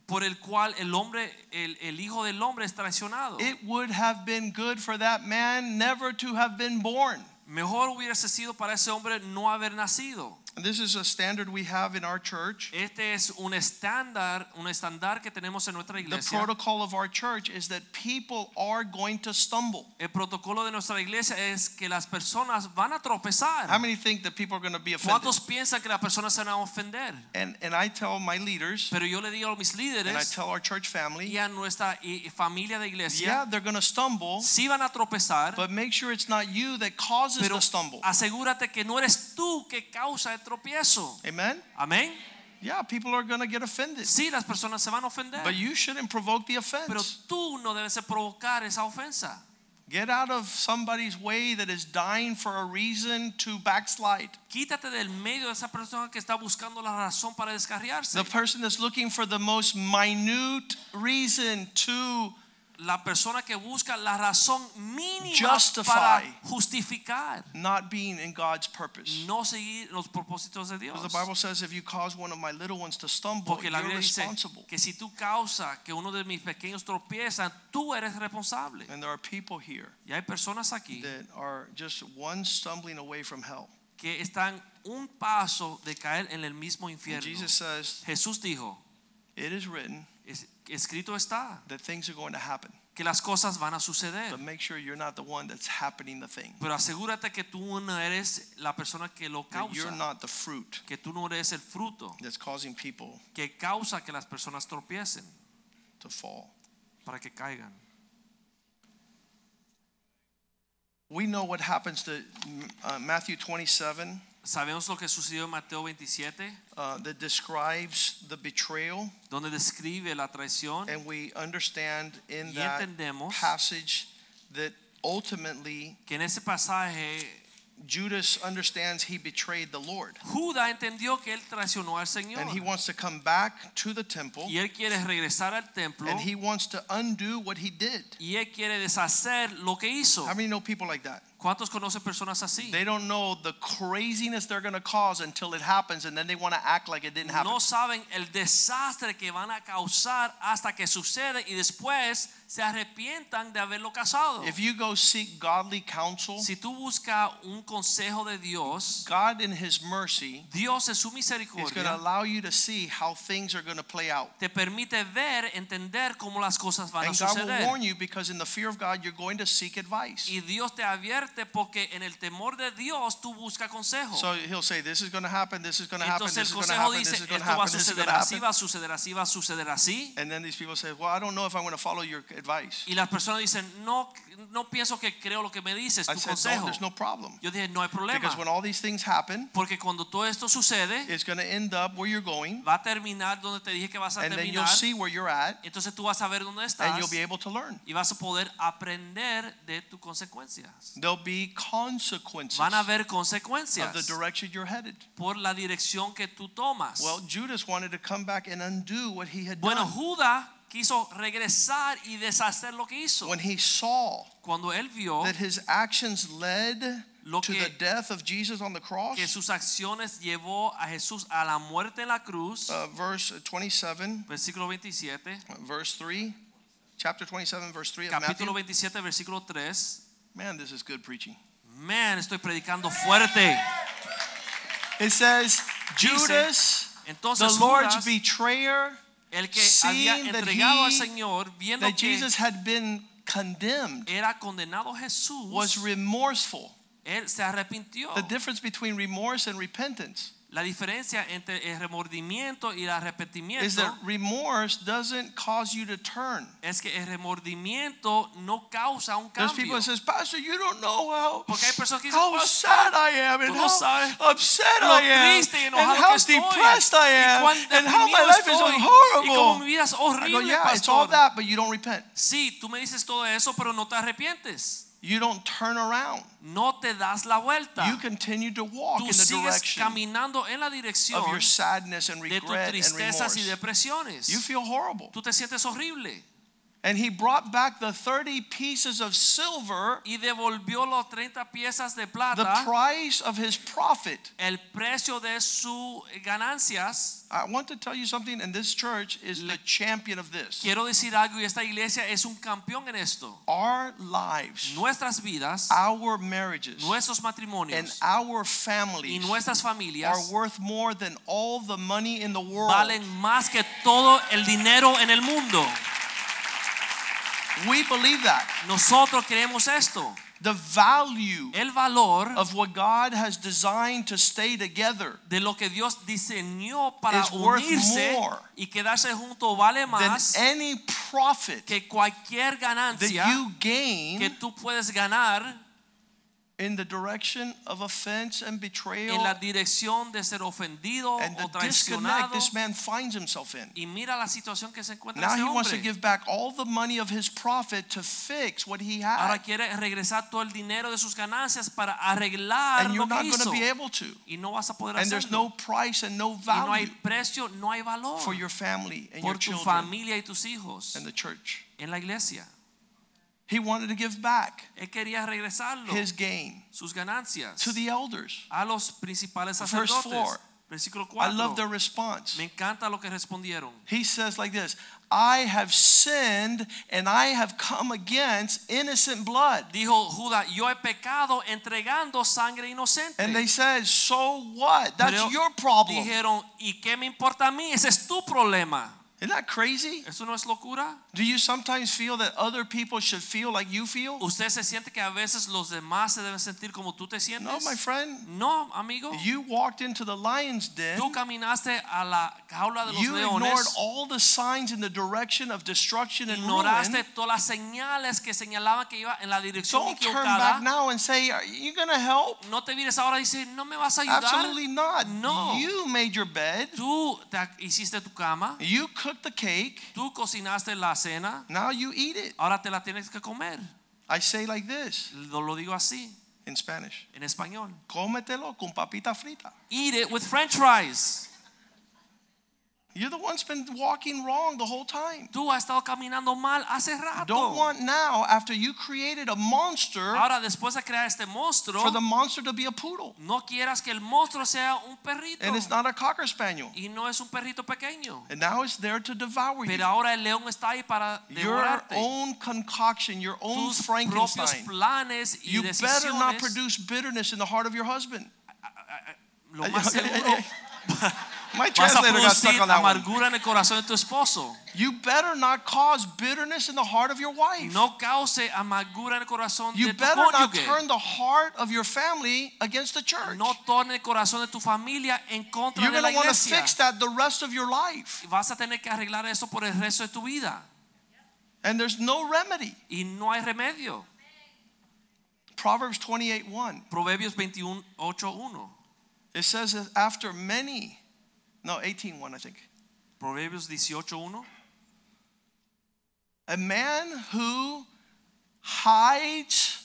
S2: por el cual el hombre, el, el hijo del hombre es traicionado.
S1: It would have been good for that man never to have been born.
S2: Mejor hubiese sido para ese hombre no haber nacido.
S1: And this is a standard we have in our church.
S2: Este es un estándar, un estándar que tenemos en nuestra
S1: The
S2: iglesia.
S1: protocol of our church is that people are going to stumble.
S2: El protocolo de nuestra iglesia es que las personas van a
S1: How
S2: tropezar.
S1: many think that people are going to be offended?
S2: ¿Cuántos piensan que las personas se van a ofender?
S1: And and I tell my leaders
S2: Pero yo le digo a mis
S1: and I
S2: líderes
S1: tell our church
S2: y
S1: family,
S2: a nuestra i- familia de
S1: yeah,
S2: iglesia,
S1: they're going to stumble,
S2: si van a tropezar,
S1: but make sure it's not you that causes
S2: pero
S1: the stumble.
S2: asegúrate que no eres tú que causa el tropiezo.
S1: Amen?
S2: Amén.
S1: Yeah, people are going to get offended.
S2: Sí, las personas se van a ofender.
S1: But you shouldn't provoke the
S2: Pero
S1: offense.
S2: tú no debes de provocar esa ofensa.
S1: Get out of somebody's way that is dying for a reason to backslide.
S2: Quítate del medio de esa persona que está buscando la razón para descarriarse.
S1: The person that's looking for the most minute reason to
S2: La persona que busca la razón mínima
S1: Justify.
S2: para justificar,
S1: not being in God's purpose.
S2: no seguir los propósitos de Mm, Dios.
S1: Because the Bible says if you cause one of my little ones to stumble,
S2: Porque
S1: you're
S2: la Biblia dice
S1: responsible.
S2: que si tú causas que uno de mis pequeños tropiezan, tú eres responsable.
S1: And there are people here
S2: Y hay personas aquí
S1: that are just one stumbling away from hell.
S2: que están un paso de caer en el mismo
S1: And
S2: infierno.
S1: Jesus says,
S2: Jesús dijo,
S1: It is written
S2: es- escrito está,
S1: that things are going to happen,
S2: que las cosas van a suceder.
S1: but make sure you're not the one that's happening the thing.
S2: Pero asegúrate que tú no eres la persona que lo
S1: That you're
S2: causa,
S1: not the fruit
S2: que tú no eres el fruto
S1: that's causing people
S2: que causa que las personas tropiecen
S1: to fall.
S2: para que caigan.
S1: We know what happens to mm, uh, Matthew 27
S2: Sabemos lo que sucedió en Mateo 27,
S1: uh, that describes the betrayal,
S2: donde describe la traición
S1: and we understand in
S2: y
S1: that
S2: entendemos
S1: passage that ultimately
S2: que en ese pasaje
S1: Judas understands he betrayed the Lord,
S2: Judas entendió que él traicionó al Señor
S1: and he wants to come back to the temple,
S2: y él quiere regresar al templo
S1: and he wants to undo what he did.
S2: y él quiere deshacer lo que hizo.
S1: How many know people like that?
S2: ¿Cuántos conocen personas así?
S1: They don't know the craziness they're going to cause until it happens, and then they want to act like it didn't happen.
S2: No saben el desastre que van a causar hasta que sucede y después se arrepientan de haberlo causado.
S1: If you go seek godly counsel,
S2: Si tú buscas un consejo de Dios,
S1: God in His mercy
S2: Dios en su
S1: is going to
S2: misericordia
S1: allow you to see how things are going to play out.
S2: te permite ver, entender cómo las cosas van a
S1: And God will warn
S2: suceder.
S1: you because in the fear of God, you're going to seek advice.
S2: Y Dios te advierte porque en el temor de Dios tú buscas consejo.
S1: So He'll say, "This is going to happen. This is going to happen.
S2: Entonces
S1: This
S2: el
S1: is going to
S2: consejo
S1: happen. This
S2: dice,
S1: is going
S2: esto
S1: to
S2: va a
S1: happen. This is going
S2: suceder
S1: to
S2: así, va
S1: happen."
S2: a suceder así, va a suceder así.
S1: And then these people say, "Well, I don't know if I'm going to follow your advice."
S2: Y las personas dicen, no, no pienso que creo lo que me dices,
S1: I
S2: tu
S1: said, "No,
S2: consejo.
S1: there's no problem
S2: Yo dije, no hay problema.
S1: because when all these things happen,
S2: Porque cuando todo esto sucede,
S1: it's going to end up where you're going,
S2: va a terminar donde te dije que vas a
S1: and then you'll
S2: terminar.
S1: see where you're at,
S2: Entonces tú vas a ver dónde
S1: and
S2: estás
S1: you'll be able to learn.
S2: y vas a poder aprender de tus consecuencias.
S1: There'll be consequences
S2: Van a haber
S1: of
S2: consecuencias
S1: the direction you're headed."
S2: por la dirección que tú tomas.
S1: Well, Judas wanted to come back and undo what he had
S2: Bueno,
S1: done.
S2: Judas quiso regresar y deshacer lo que hizo.
S1: When he saw
S2: Cuando él vio
S1: that his actions led
S2: Lo
S1: to
S2: que-
S1: the death of Jesus on the
S2: que
S1: cross,
S2: sus acciones llevó a Jesús a la muerte en la cruz,
S1: uh, verse 27,
S2: versículo 27,
S1: uh, verse 3, chapter 27, verse 3 of
S2: capítulo
S1: Matthew.
S2: 27, versículo 3.
S1: Man, this is good preaching.
S2: Man, estoy predicando fuerte.
S1: It says,
S2: Dice,
S1: Judas,
S2: Entonces,
S1: the Lord's
S2: Judas,
S1: betrayer,
S2: el que había
S1: seeing that
S2: entregado al
S1: he-
S2: Señor, viendo
S1: that
S2: que
S1: Jesus had been condemned,
S2: era condenado Jesús,
S1: was remorseful.
S2: él se arrepintió.
S1: The difference between remorse and repentance
S2: La diferencia entre el remordimiento y el
S1: is that
S2: arrepentimiento
S1: remorse doesn't cause you to turn.
S2: es que el remordimiento no causa un
S1: There's
S2: cambio.
S1: people that says, Pastor, you don't know how,
S2: Porque hay personas que dicen,
S1: how
S2: "Pastor,
S1: sad I am and
S2: tú no
S1: how
S2: sabes
S1: upset
S2: lo
S1: I am
S2: triste y
S1: and
S2: enojado
S1: how
S2: que estoy,
S1: depressed I
S2: y
S1: am
S2: cuán
S1: and how my
S2: deprimido
S1: life is
S2: estoy, y como
S1: horrible.
S2: mi vida es
S1: I go,
S2: horrible,
S1: yeah, it's all
S2: pastor.
S1: that, but you don't repent.
S2: Sí, tú me dices todo eso, pero no te arrepientes.
S1: You don't turn around.
S2: No te das la vuelta.
S1: You continue to walk in
S2: tú
S1: the
S2: sigues
S1: direction
S2: caminando en la
S1: of
S2: dirección
S1: your sadness and
S2: de tus
S1: regret and
S2: tristezas y
S1: remorse.
S2: depresiones.
S1: You feel horrible.
S2: tú te sientes horrible.
S1: And he brought back the 30 pieces of silver,
S2: Y devolvió los 30 piezas de
S1: the
S2: plata,
S1: price of his profit.
S2: el precio de sus ganancias.
S1: I want to tell you something, and this church is the champion of this.
S2: Quiero decir algo, y esta iglesia es un campeón en esto.
S1: Our lives,
S2: Nuestras vidas,
S1: our marriages,
S2: nuestros
S1: and
S2: matrimonios
S1: our
S2: y
S1: families
S2: nuestras
S1: are
S2: familias
S1: worth more than all the money in the world.
S2: valen más que todo el dinero en el mundo.
S1: We believe that.
S2: Nosotros creemos esto.
S1: The value
S2: El valor
S1: of what God has designed to stay together
S2: de lo que Dios diseñó para
S1: Is worth
S2: unirse
S1: more
S2: y quedarse juntos vale
S1: than
S2: más
S1: any profit
S2: que cualquier
S1: that
S2: ganancia
S1: you
S2: que
S1: gain
S2: tú puedes ganar
S1: in the direction of offense and betrayal
S2: en la dirección de ser ofendido
S1: and
S2: o
S1: the disconnect
S2: traicionado.
S1: this man finds himself in.
S2: Y mira la situación que se encuentra
S1: Now
S2: este
S1: he wants to
S2: hombre.
S1: give back all the money of his profit to fix what he had,
S2: Ahora quiere regresar todo el dinero de sus ganancias para arreglar
S1: and you're
S2: lo
S1: not
S2: que
S1: going to
S2: hizo.
S1: be able to.
S2: Y no vas a poder
S1: And there's no
S2: hacerlo.
S1: price and no
S2: Y no hay
S1: value
S2: precio, no hay valor
S1: for your family and your
S2: por tu
S1: children
S2: familia y tus hijos
S1: and the church.
S2: en la iglesia.
S1: He wanted to give back
S2: Él quería regresarlo,
S1: his gain
S2: sus ganancias.
S1: to the elders.
S2: a los principales
S1: Verse
S2: sacerdotes.
S1: four.
S2: Versículo 4.
S1: I love their response.
S2: Me encanta lo que respondieron.
S1: He says like this, I have sinned and I have come against innocent blood.
S2: Dijo Judá, yo he pecado entregando sangre inocente.
S1: And they said, so what? That's
S2: Pero
S1: your problem.
S2: Dijeron, ¿y qué me importa a mí? Ese es tu problema.
S1: It Isn't that crazy?
S2: ¿Eso no es locura?
S1: Do you sometimes feel that other people should feel like you feel?
S2: ¿Usted se siente que a veces los demás se deben sentir como tú te sientes?
S1: No, my friend.
S2: No, amigo.
S1: You walked into the lion's den.
S2: Tú caminaste a la jaula de los
S1: You ignored
S2: leones.
S1: all the signs in the direction of destruction and
S2: Ignoraste
S1: ruin.
S2: todas las señales que señalaban que iba en la dirección
S1: Don't turn back
S2: equivocada.
S1: now and say, "Are you going to help?"
S2: No te vienes ahora y dices, no me vas a ayudar.
S1: Absolutely not.
S2: No.
S1: You made your bed.
S2: Tú te ac- hiciste tu cama,
S1: You cooked the cake.
S2: tú cocinaste la cena,
S1: Now you eat it.
S2: ahora te la tienes que comer.
S1: I say like this
S2: Lo, lo digo así,
S1: in Spanish.
S2: en español.
S1: Cómetelo con papita frita.
S2: Eat it with french fries.
S1: You're the one's been walking wrong the whole time.
S2: Tú has estado caminando mal hace rato.
S1: Don't want now after you created a monster
S2: Ahora después de crear este monstruo,
S1: for the monster to be a poodle
S2: no quieras que el monstruo sea un perrito.
S1: and it's not a cocker spaniel.
S2: Y no es un perrito pequeño.
S1: And now it's there to devour you.
S2: Pero ahora el león está ahí para
S1: Your
S2: devorarte.
S1: own concoction, your own
S2: Tus propios
S1: Frankenstein.
S2: planes y
S1: You better not
S2: decisiones.
S1: produce bitterness in the heart of your husband. [LAUGHS]
S2: Lo más seguro
S1: My
S2: vas a
S1: translator got stuck
S2: producir
S1: on that one.
S2: amargura en el corazón de tu esposo.
S1: You better not cause bitterness in the heart of your wife.
S2: No cause amargura en el corazón
S1: You
S2: de tu
S1: better not
S2: cónyuge.
S1: turn the heart of your family against the church.
S2: No torne el corazón de tu familia en contra
S1: You're
S2: de
S1: going
S2: la
S1: to want to
S2: iglesia.
S1: fix that the rest of your life.
S2: Vas a tener que arreglar eso por el resto de tu vida.
S1: And there's no remedy.
S2: Y no hay remedio.
S1: Proverbs 28:1.
S2: Proverbios 21, 8.1.
S1: It says that after many no 18:1 I think.
S2: Proverbios 18.1.
S1: A man who hides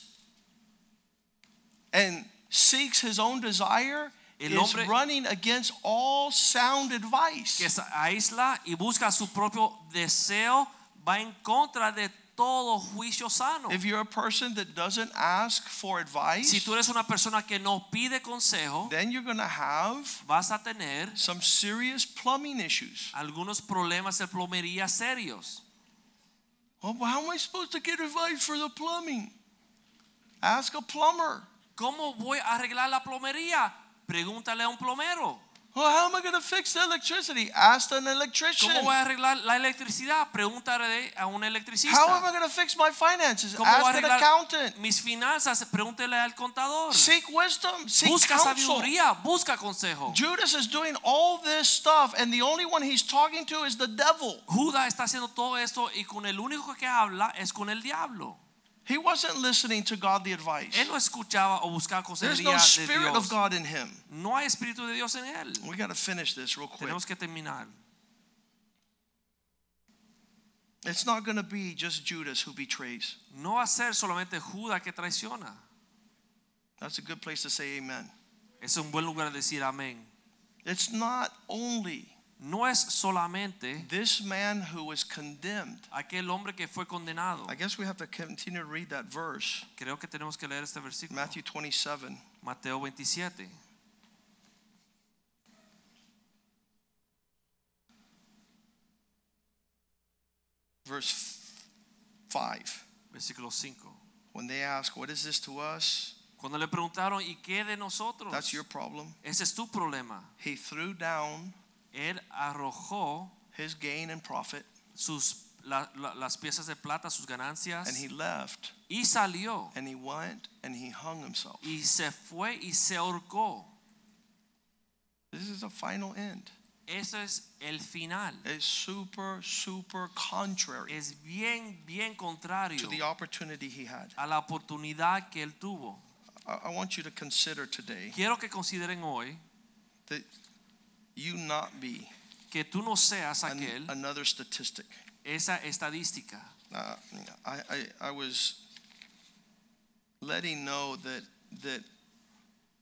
S1: and seeks his own desire
S2: El
S1: is
S2: hombre-
S1: running against all sound advice.
S2: Que se aísla y busca su propio deseo. Va en contra de todo juicio sano.
S1: If you're a person that doesn't ask for advice,
S2: Si tú eres una persona que no pide consejo,
S1: then you're going to have
S2: vas a tener
S1: some serious plumbing issues.
S2: algunos problemas de plomería serios.
S1: Well, how am I supposed to get advice for the plumbing? Ask a plumber.
S2: ¿Cómo voy a arreglar la plomería? Pregúntale a un plomero.
S1: Well, how am I going to fix the electricity? Ask an electrician.
S2: ¿Cómo voy a arreglar la electricidad? Pregúntale a
S1: How
S2: un
S1: am I
S2: electricista.
S1: going to fix my finances?
S2: ¿Cómo voy a
S1: Ask an
S2: arreglar Mm.
S1: accountant.
S2: mis finanzas? Pregúntale al contador.
S1: Seek wisdom. Seek
S2: Busca
S1: counsel.
S2: sabiduría, busca consejo.
S1: Judas is doing all this stuff, and the only one he's talking to is the devil.
S2: Judas está haciendo todo esto y con el único que habla es con el diablo.
S1: He wasn't listening to godly advice.
S2: Él no escuchaba o buscaba
S1: There's
S2: consejería
S1: no
S2: de
S1: spirit of
S2: Dios.
S1: God in him.
S2: No hay espíritu de Dios en él.
S1: We got to finish this real quick.
S2: Tenemos que terminar.
S1: It's not going to be just Judas who betrays.
S2: No va a ser solamente Judas que traiciona.
S1: That's a good place to say amen.
S2: Es un buen lugar de decir amén.
S1: It's not only
S2: No es solamente
S1: this man who was condemned.
S2: aquel hombre que fue condenado.
S1: I guess we have to continue to read that verse,
S2: Creo que tenemos que leer este versículo.
S1: Matthew 27.
S2: Mateo 27.
S1: verse f- 5
S2: Versículo 5.
S1: when they ask what is this to us
S2: Cuando le preguntaron, ¿y qué de nosotros?
S1: that's your problem
S2: Ese es tu problema.
S1: he threw down
S2: Él arrojó
S1: his gain and profit
S2: sus, la- la- las piezas de plata, sus ganancias,
S1: and he left
S2: y salió.
S1: and he went and he hung himself
S2: Y se fue y se ahorcó.
S1: this is the final end
S2: Ese es el final.
S1: it's super super contrary
S2: Es bien, bien contrario
S1: to the opportunity he had
S2: a la oportunidad que él tuvo.
S1: i, I want you to consider today
S2: Quiero que consideren hoy
S1: that you not be
S2: que tú no seas
S1: an-
S2: aquel,
S1: another statistic
S2: esa estadística.
S1: uh, I, I, I was letting know that that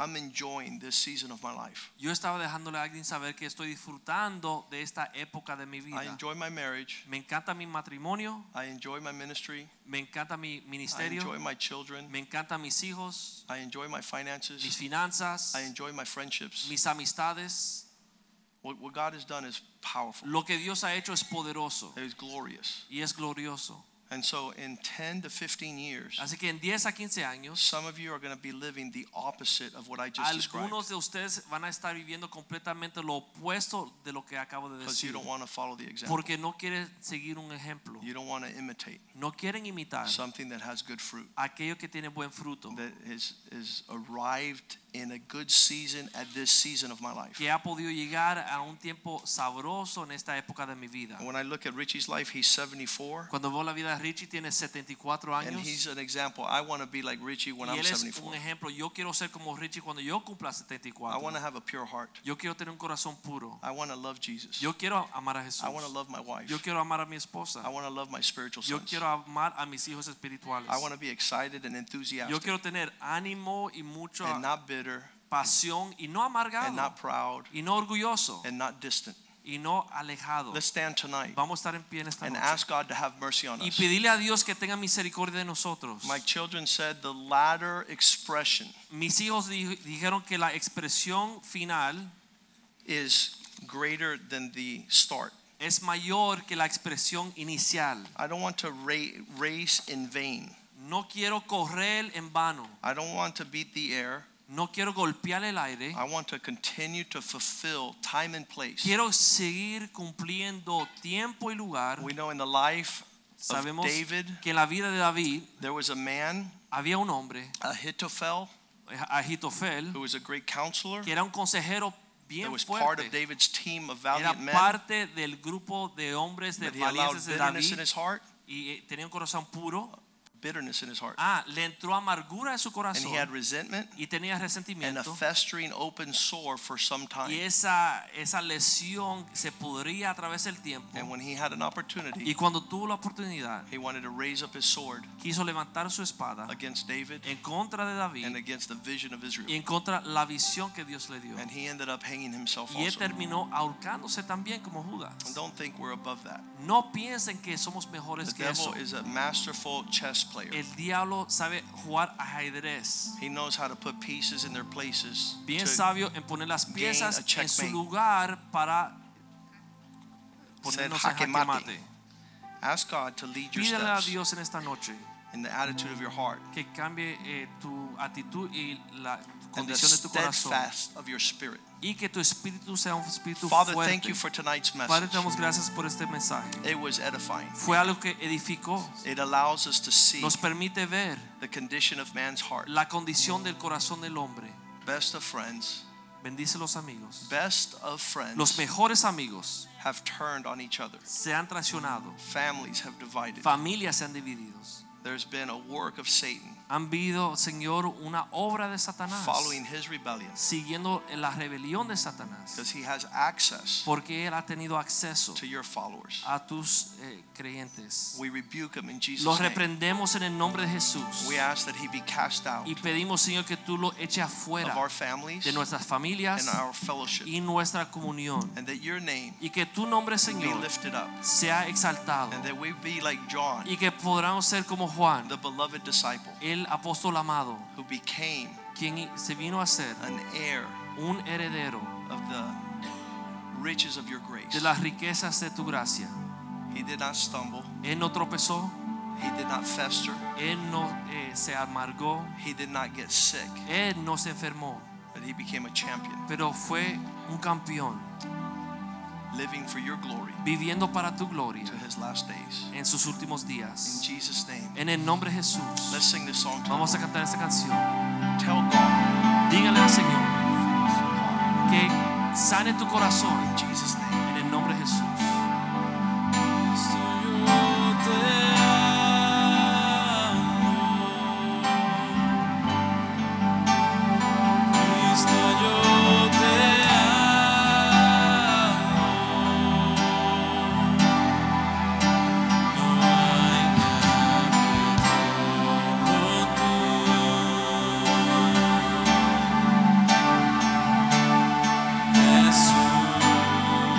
S1: I'm enjoying this season of my life.
S2: Yo estaba dejándole a alguien saber que estoy disfrutando de esta época de mi
S1: I
S2: vida.
S1: enjoy my marriage.
S2: Me encanta mi matrimonio,
S1: I enjoy my ministry.
S2: me encanta mi
S1: I enjoy
S2: ministerio,
S1: my children.
S2: me encantan mis hijos,
S1: I enjoy my
S2: mis
S1: finances.
S2: finanzas,
S1: I enjoy my friendships.
S2: mis amistades.
S1: What, what God has done is powerful.
S2: Lo que Dios ha hecho es poderoso
S1: It is glorious.
S2: y es glorioso.
S1: And so in 10 to 15 years,
S2: Así que en 10 a 15 años,
S1: some of you are going to be living the opposite of what I just described
S2: algunos de ustedes van a estar viviendo completamente lo opuesto de lo que acabo de
S1: because you
S2: decir.
S1: don't want to follow the example.
S2: Porque no quieren seguir un ejemplo.
S1: You don't want to imitate
S2: No quieren imitar
S1: something that has good fruit,
S2: aquello que tiene buen fruto,
S1: that is, is arrived in a good season at this season of my life.
S2: que ha podido llegar a un tiempo sabroso en esta época de mi vida.
S1: And when I look at Richie's life, he's 74,
S2: Cuando veo la vida de Richie, tiene 74
S1: and
S2: años.
S1: he's an example. I want to be like Richie when
S2: y
S1: I'm
S2: él es
S1: 74.
S2: un ejemplo. Yo quiero ser como Richie cuando yo
S1: I
S2: cumpla
S1: want to
S2: 74.
S1: have a pure heart.
S2: Yo quiero tener un corazón puro.
S1: I want to love Jesus.
S2: Yo quiero amar a Jesús.
S1: I want to love my wife.
S2: Yo quiero amar a mi
S1: I
S2: esposa.
S1: want to love my spiritual
S2: Yo
S1: sons.
S2: quiero amar a mis hijos espirituales.
S1: I want to be excited and
S2: Yo
S1: enthusiastic
S2: quiero tener ánimo y mucha
S1: and not bitter
S2: pasión y no amargado
S1: and not proud
S2: y no orgulloso
S1: and not distant.
S2: y no alejado.
S1: Let's stand tonight
S2: Vamos a estar en pie en esta
S1: and
S2: noche.
S1: ask God to have mercy on
S2: y
S1: us.
S2: pedirle a Dios que tenga misericordia de nosotros.
S1: My children said the latter expression
S2: Mis hijos di- dijeron que la expresión final
S1: is greater than the start.
S2: es mayor que la expresión inicial.
S1: I don't want to ra- race in vain.
S2: No quiero correr en vano.
S1: I don't want to beat the air.
S2: No quiero golpear el aire.
S1: I want to continue to fulfill time and place.
S2: Quiero seguir cumpliendo tiempo y lugar.
S1: We know in the life of
S2: Sabemos
S1: David,
S2: que en la vida de David
S1: there was a man,
S2: había un hombre,
S1: Ahithophel,
S2: Agitofel,
S1: who was a great counselor.
S2: que era un consejero
S1: That
S2: bien
S1: was part of
S2: fuerte.
S1: David's team of
S2: Era
S1: valiant men.
S2: parte del grupo de hombres de
S1: But he allowed
S2: valientes de
S1: bitterness in
S2: David
S1: his heart,
S2: y eh, tenía un corazón puro.
S1: bitterness in his heart,
S2: Ah, le entró amargura en su
S1: and
S2: corazón
S1: he had resentment
S2: y tenía
S1: and a
S2: resentimiento.
S1: festering open sore for some time.
S2: Y esa, esa lesión se podría a través del tiempo.
S1: And when he had an
S2: Y
S1: opportunity,
S2: cuando tuvo la oportunidad,
S1: he wanted to raise up his sword
S2: quiso levantar su espada
S1: against David
S2: en contra de
S1: and
S2: David
S1: against the vision of Israel.
S2: y en contra la visión que Dios le dio.
S1: And he ended up hanging himself
S2: Y él
S1: also. And
S2: terminó ahorcándose también como Judas.
S1: don't think we're above that.
S2: No piensen que somos mejores
S1: The
S2: que
S1: devil
S2: eso.
S1: is a masterful chess player.
S2: El diablo sabe jugar ajedrez.
S1: He knows how to put pieces in their places.
S2: Bien
S1: to-
S2: sabio en poner las
S1: gain a
S2: piezas en su
S1: checkmate.
S2: lugar para ponernos en
S1: jaque
S2: jaque
S1: mate.
S2: mate.
S1: Ask God to lead your
S2: Pídele a
S1: steps
S2: Dios en esta noche
S1: in the attitude of your heart
S2: que cambie eh, tu actitud y la
S1: and the
S2: condición de tu corazón
S1: steadfast of your spirit.
S2: y que tu espíritu sea un espíritu
S1: Father,
S2: fuerte.
S1: thank you for tonight's
S2: Padre,
S1: message.
S2: te damos gracias por este mensaje.
S1: It was edifying.
S2: Fue algo que edificó,
S1: It allows us to see
S2: nos permite ver
S1: the condition of man's heart.
S2: la condición del corazón del hombre.
S1: Best of friends,
S2: Bendice los amigos.
S1: best of
S2: Los
S1: friends
S2: mejores amigos
S1: have turned on each other.
S2: se han traicionado,
S1: Families have divided.
S2: familias se han dividido.
S1: There's been a work of Satan
S2: Han habido, Señor, una obra de Satanás
S1: following his rebellion
S2: siguiendo la rebelión de Satanás,
S1: because he has access
S2: porque él ha tenido acceso
S1: to your followers.
S2: a tus eh, creyentes.
S1: We rebuke him in
S2: Los
S1: Jesus' name.
S2: reprendemos en el nombre de Jesús
S1: We ask that he be cast out
S2: y pedimos, Señor, que tú lo eches
S1: of
S2: afuera
S1: our families
S2: de nuestras familias
S1: and our fellowship
S2: y nuestra comunión.
S1: and that your name
S2: Y que tu nombre,
S1: be
S2: Señor,
S1: lifted up
S2: sea exaltado
S1: and that we be like John,
S2: y que podamos ser como Juan,
S1: the beloved disciple
S2: el apóstol amado,
S1: who became
S2: quien se vino a ser
S1: an heir
S2: un heredero
S1: of the riches of your
S2: de
S1: grace.
S2: las riquezas de tu gracia.
S1: He did not stumble.
S2: Él no tropezó,
S1: He did not fester.
S2: él no eh, se amargó,
S1: He did not get sick.
S2: él no se enfermó,
S1: But he became a champion,
S2: pero fue un campeón
S1: living for your glory
S2: viviendo para tu gloria
S1: to his last days.
S2: en sus últimos
S1: In
S2: días.
S1: Jesus' name.
S2: En el nombre de
S1: Let's
S2: Jesús,
S1: sing this song to
S2: vamos a cantar esta canción.
S1: Tell God.
S2: Dígale al Señor que sane tu corazón.
S1: In Jesus' name.
S2: En el nombre de Jesús.
S3: Jesús é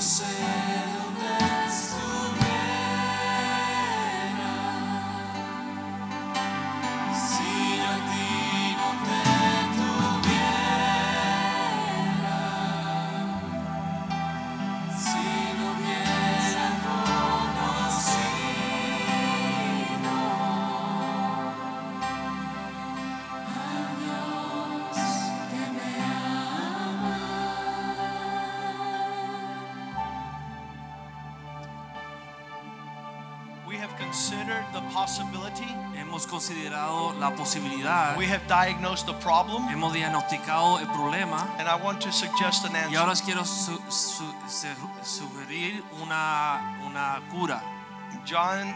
S3: sé dónde estuviera si yo a ti no te tuviera, si no hubiera conocido a Dios que me ama.
S1: We have considered the possibility.
S2: Hemos considerado la posibilidad,
S1: We have diagnosed the problem.
S2: hemos diagnosticado el problema
S1: And I want to suggest an
S2: y
S1: answer.
S2: ahora os quiero su- su- se- sugerir una, una cura.
S1: John,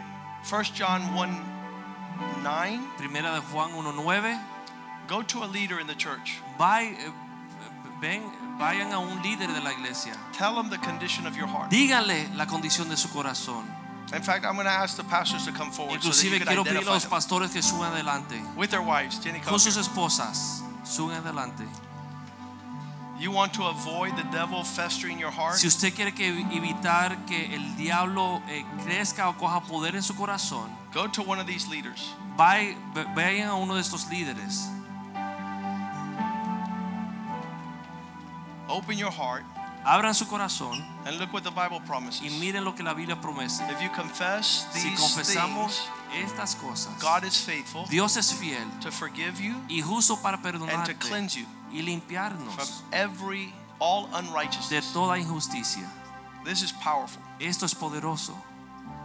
S1: 1 John 1 9.
S2: Primera de Juan 1.9,
S1: Go to a leader in the church.
S2: va- eh, ven- vayan a un líder de la iglesia.
S1: Tell them the condition of your heart.
S2: Díganle la condición de su corazón.
S1: In fact, I'm going to ask the pastors to come forward so that you
S2: Inclusive
S1: can
S2: quiero pedir a
S1: identify
S2: los
S1: them.
S2: pastores que suban adelante.
S1: With their wives, Jenny, come
S2: Con sus
S1: here.
S2: esposas, suban adelante.
S1: You want to avoid the devil festering your heart?
S2: Si usted quiere que evitar que el diablo eh, crezca o coja poder en su corazón,
S1: Go to one of these leaders.
S2: vai- ve- vayan a uno de estos líderes.
S1: Open your heart
S2: Abran su corazón
S1: and look what the Bible
S2: y
S1: promises.
S2: miren lo que la Biblia promete.
S1: If you confess
S2: Si
S1: these
S2: confesamos
S1: things,
S2: estas cosas,
S1: God is faithful
S2: Dios es fiel
S1: to forgive you
S2: y justo para
S1: and to
S2: perdonarte
S1: cleanse you
S2: y
S1: from
S2: limpiarnos
S1: every all
S2: de
S1: unrighteousness.
S2: toda injusticia.
S1: This is powerful.
S2: Esto es poderoso,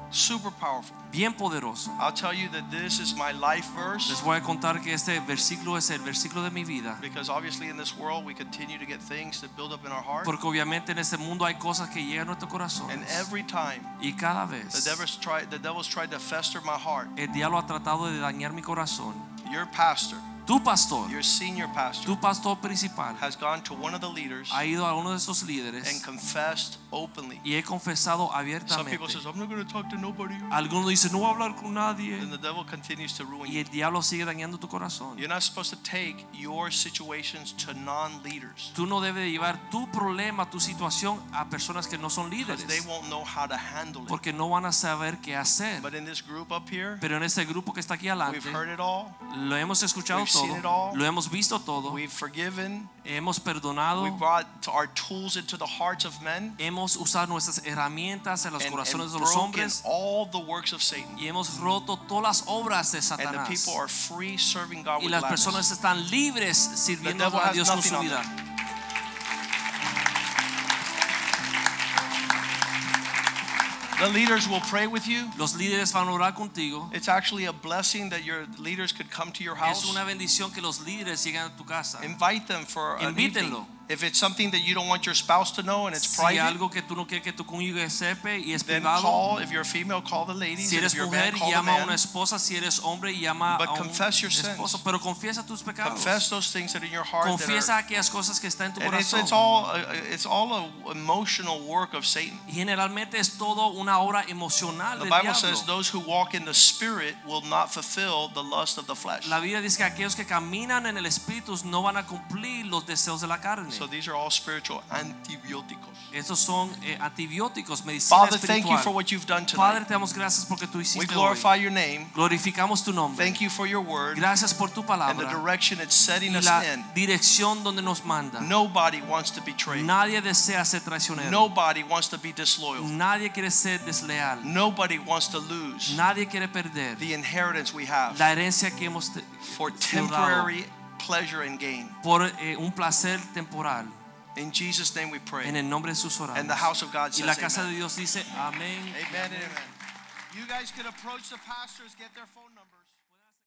S1: Super powerful.
S2: bien poderoso.
S1: I'll tell you that this is my life
S2: Les
S1: verse
S2: voy a contar que este versículo es el versículo de mi vida.
S1: because obviously in this world we continue to get things that build up in our heart
S2: Porque obviamente en este mundo hay cosas que llegan a nuestro corazón.
S1: and every time
S2: Y cada
S1: the
S2: vez
S1: devil's tried the devil's tried to fester my heart.
S2: el diablo ha tratado de dañar mi corazón.
S1: Your pastor,
S2: Tu pastor,
S1: your senior pastor
S2: tu pastor principal,
S1: has gone to one of the leaders
S2: ha ido a uno de estos
S1: and
S2: líderes
S1: confessed openly.
S2: y he confesado
S1: Some people
S2: abiertamente.
S1: says, "I'm not going to talk to nobody."
S2: Algunos dicen, no voy a hablar con
S1: Then
S2: nadie.
S1: the devil continues to ruin
S2: Y
S1: you.
S2: el diablo sigue dañando tu corazón.
S1: You're not supposed to take your situations to non-leaders
S2: Tú no debes de llevar tu problema, tu situación a personas que no son
S1: because they
S2: líderes.
S1: won't know how to handle it.
S2: Porque no van a saber qué hacer.
S1: But in this group up here,
S2: Pero en este grupo que está aquí
S1: we've
S2: adelante,
S1: heard it all.
S2: lo hemos escuchado
S1: We've seen it all.
S2: todo, lo hemos visto todo,
S1: We've forgiven.
S2: hemos
S1: We
S2: perdonado,
S1: brought our tools into the hearts of men
S2: hemos usado nuestras herramientas en los
S1: and, and
S2: corazones de los
S1: broken
S2: hombres
S1: all the works of Satan.
S2: y hemos roto todas las obras de
S1: And the
S2: Satanás.
S1: people are free serving God
S2: Y
S1: with
S2: las
S1: gladness.
S2: personas están libres sirviendo
S1: devil
S2: a
S1: has
S2: Dios con
S1: nothing
S2: su
S1: on
S2: vida.
S1: The leaders will pray with you.
S2: Los líderes van a orar contigo.
S1: It's actually a blessing that your leaders could come to your
S2: Es
S1: house.
S2: una bendición que los líderes lleguen a tu casa.
S1: Invite them for an
S2: Invítenlo.
S1: evening. If it's something that you don't want your spouse to know and it's
S2: Si
S1: private,
S2: algo que tú no quieres que tu cónyuge sepa y es
S1: then
S2: privado,
S1: call. If you're a female, call the ladies.
S2: si
S1: and
S2: eres
S1: if you're a man,
S2: mujer
S1: call the
S2: llama a
S1: man.
S2: una esposa, si eres hombre llama
S1: But
S2: a un
S1: confess your sins.
S2: esposo, pero confiesa tus pecados.
S1: Confess those things that are in your heart. that are-
S2: Confiesa aquellas cosas que está en tu
S1: and it's,
S2: corazón.
S1: it's all uh, it's all a emotional work of Satan.
S2: Y Generalmente es todo una obra emocional
S1: The
S2: del
S1: Bible
S2: diablo.
S1: says those who walk in the spirit will not fulfill the lust of the flesh.
S2: la Biblia dice que aquellos que caminan en el espíritu no van a cumplir los deseos de la carne.
S1: So these are all spiritual antibióticos.
S2: Estos son eh, antibióticos, medicina
S1: Father, thank you
S2: espiritual.
S1: for what you've done
S2: Padre,
S1: tonight.
S2: te damos gracias porque tú
S1: We
S2: hiciste hoy.
S1: glorify your name.
S2: Glorificamos tu nombre.
S1: Thank you for your word
S2: Gracias por tu
S1: and the
S2: palabra
S1: direction it's setting
S2: y
S1: us
S2: la
S1: in.
S2: dirección donde nos manda.
S1: Nobody wants to betray.
S2: Nadie desea ser traicionero.
S1: Nobody wants to be disloyal.
S2: Nadie quiere ser desleal.
S1: Nobody wants to lose
S2: Nadie quiere perder
S1: the inheritance we have
S2: la herencia que hemos te-
S1: for
S2: sido dado.
S1: temporary pleasure and gain.
S2: por eh, un placer temporal.
S1: In Jesus' name we pray.
S2: En
S1: Amen
S2: el nombre de sus oraciones.
S1: And the house of God
S2: y la
S1: says
S2: casa
S1: amen.
S2: de Dios dice amén.
S1: and amen. You guys could approach the pastors, get their phone number.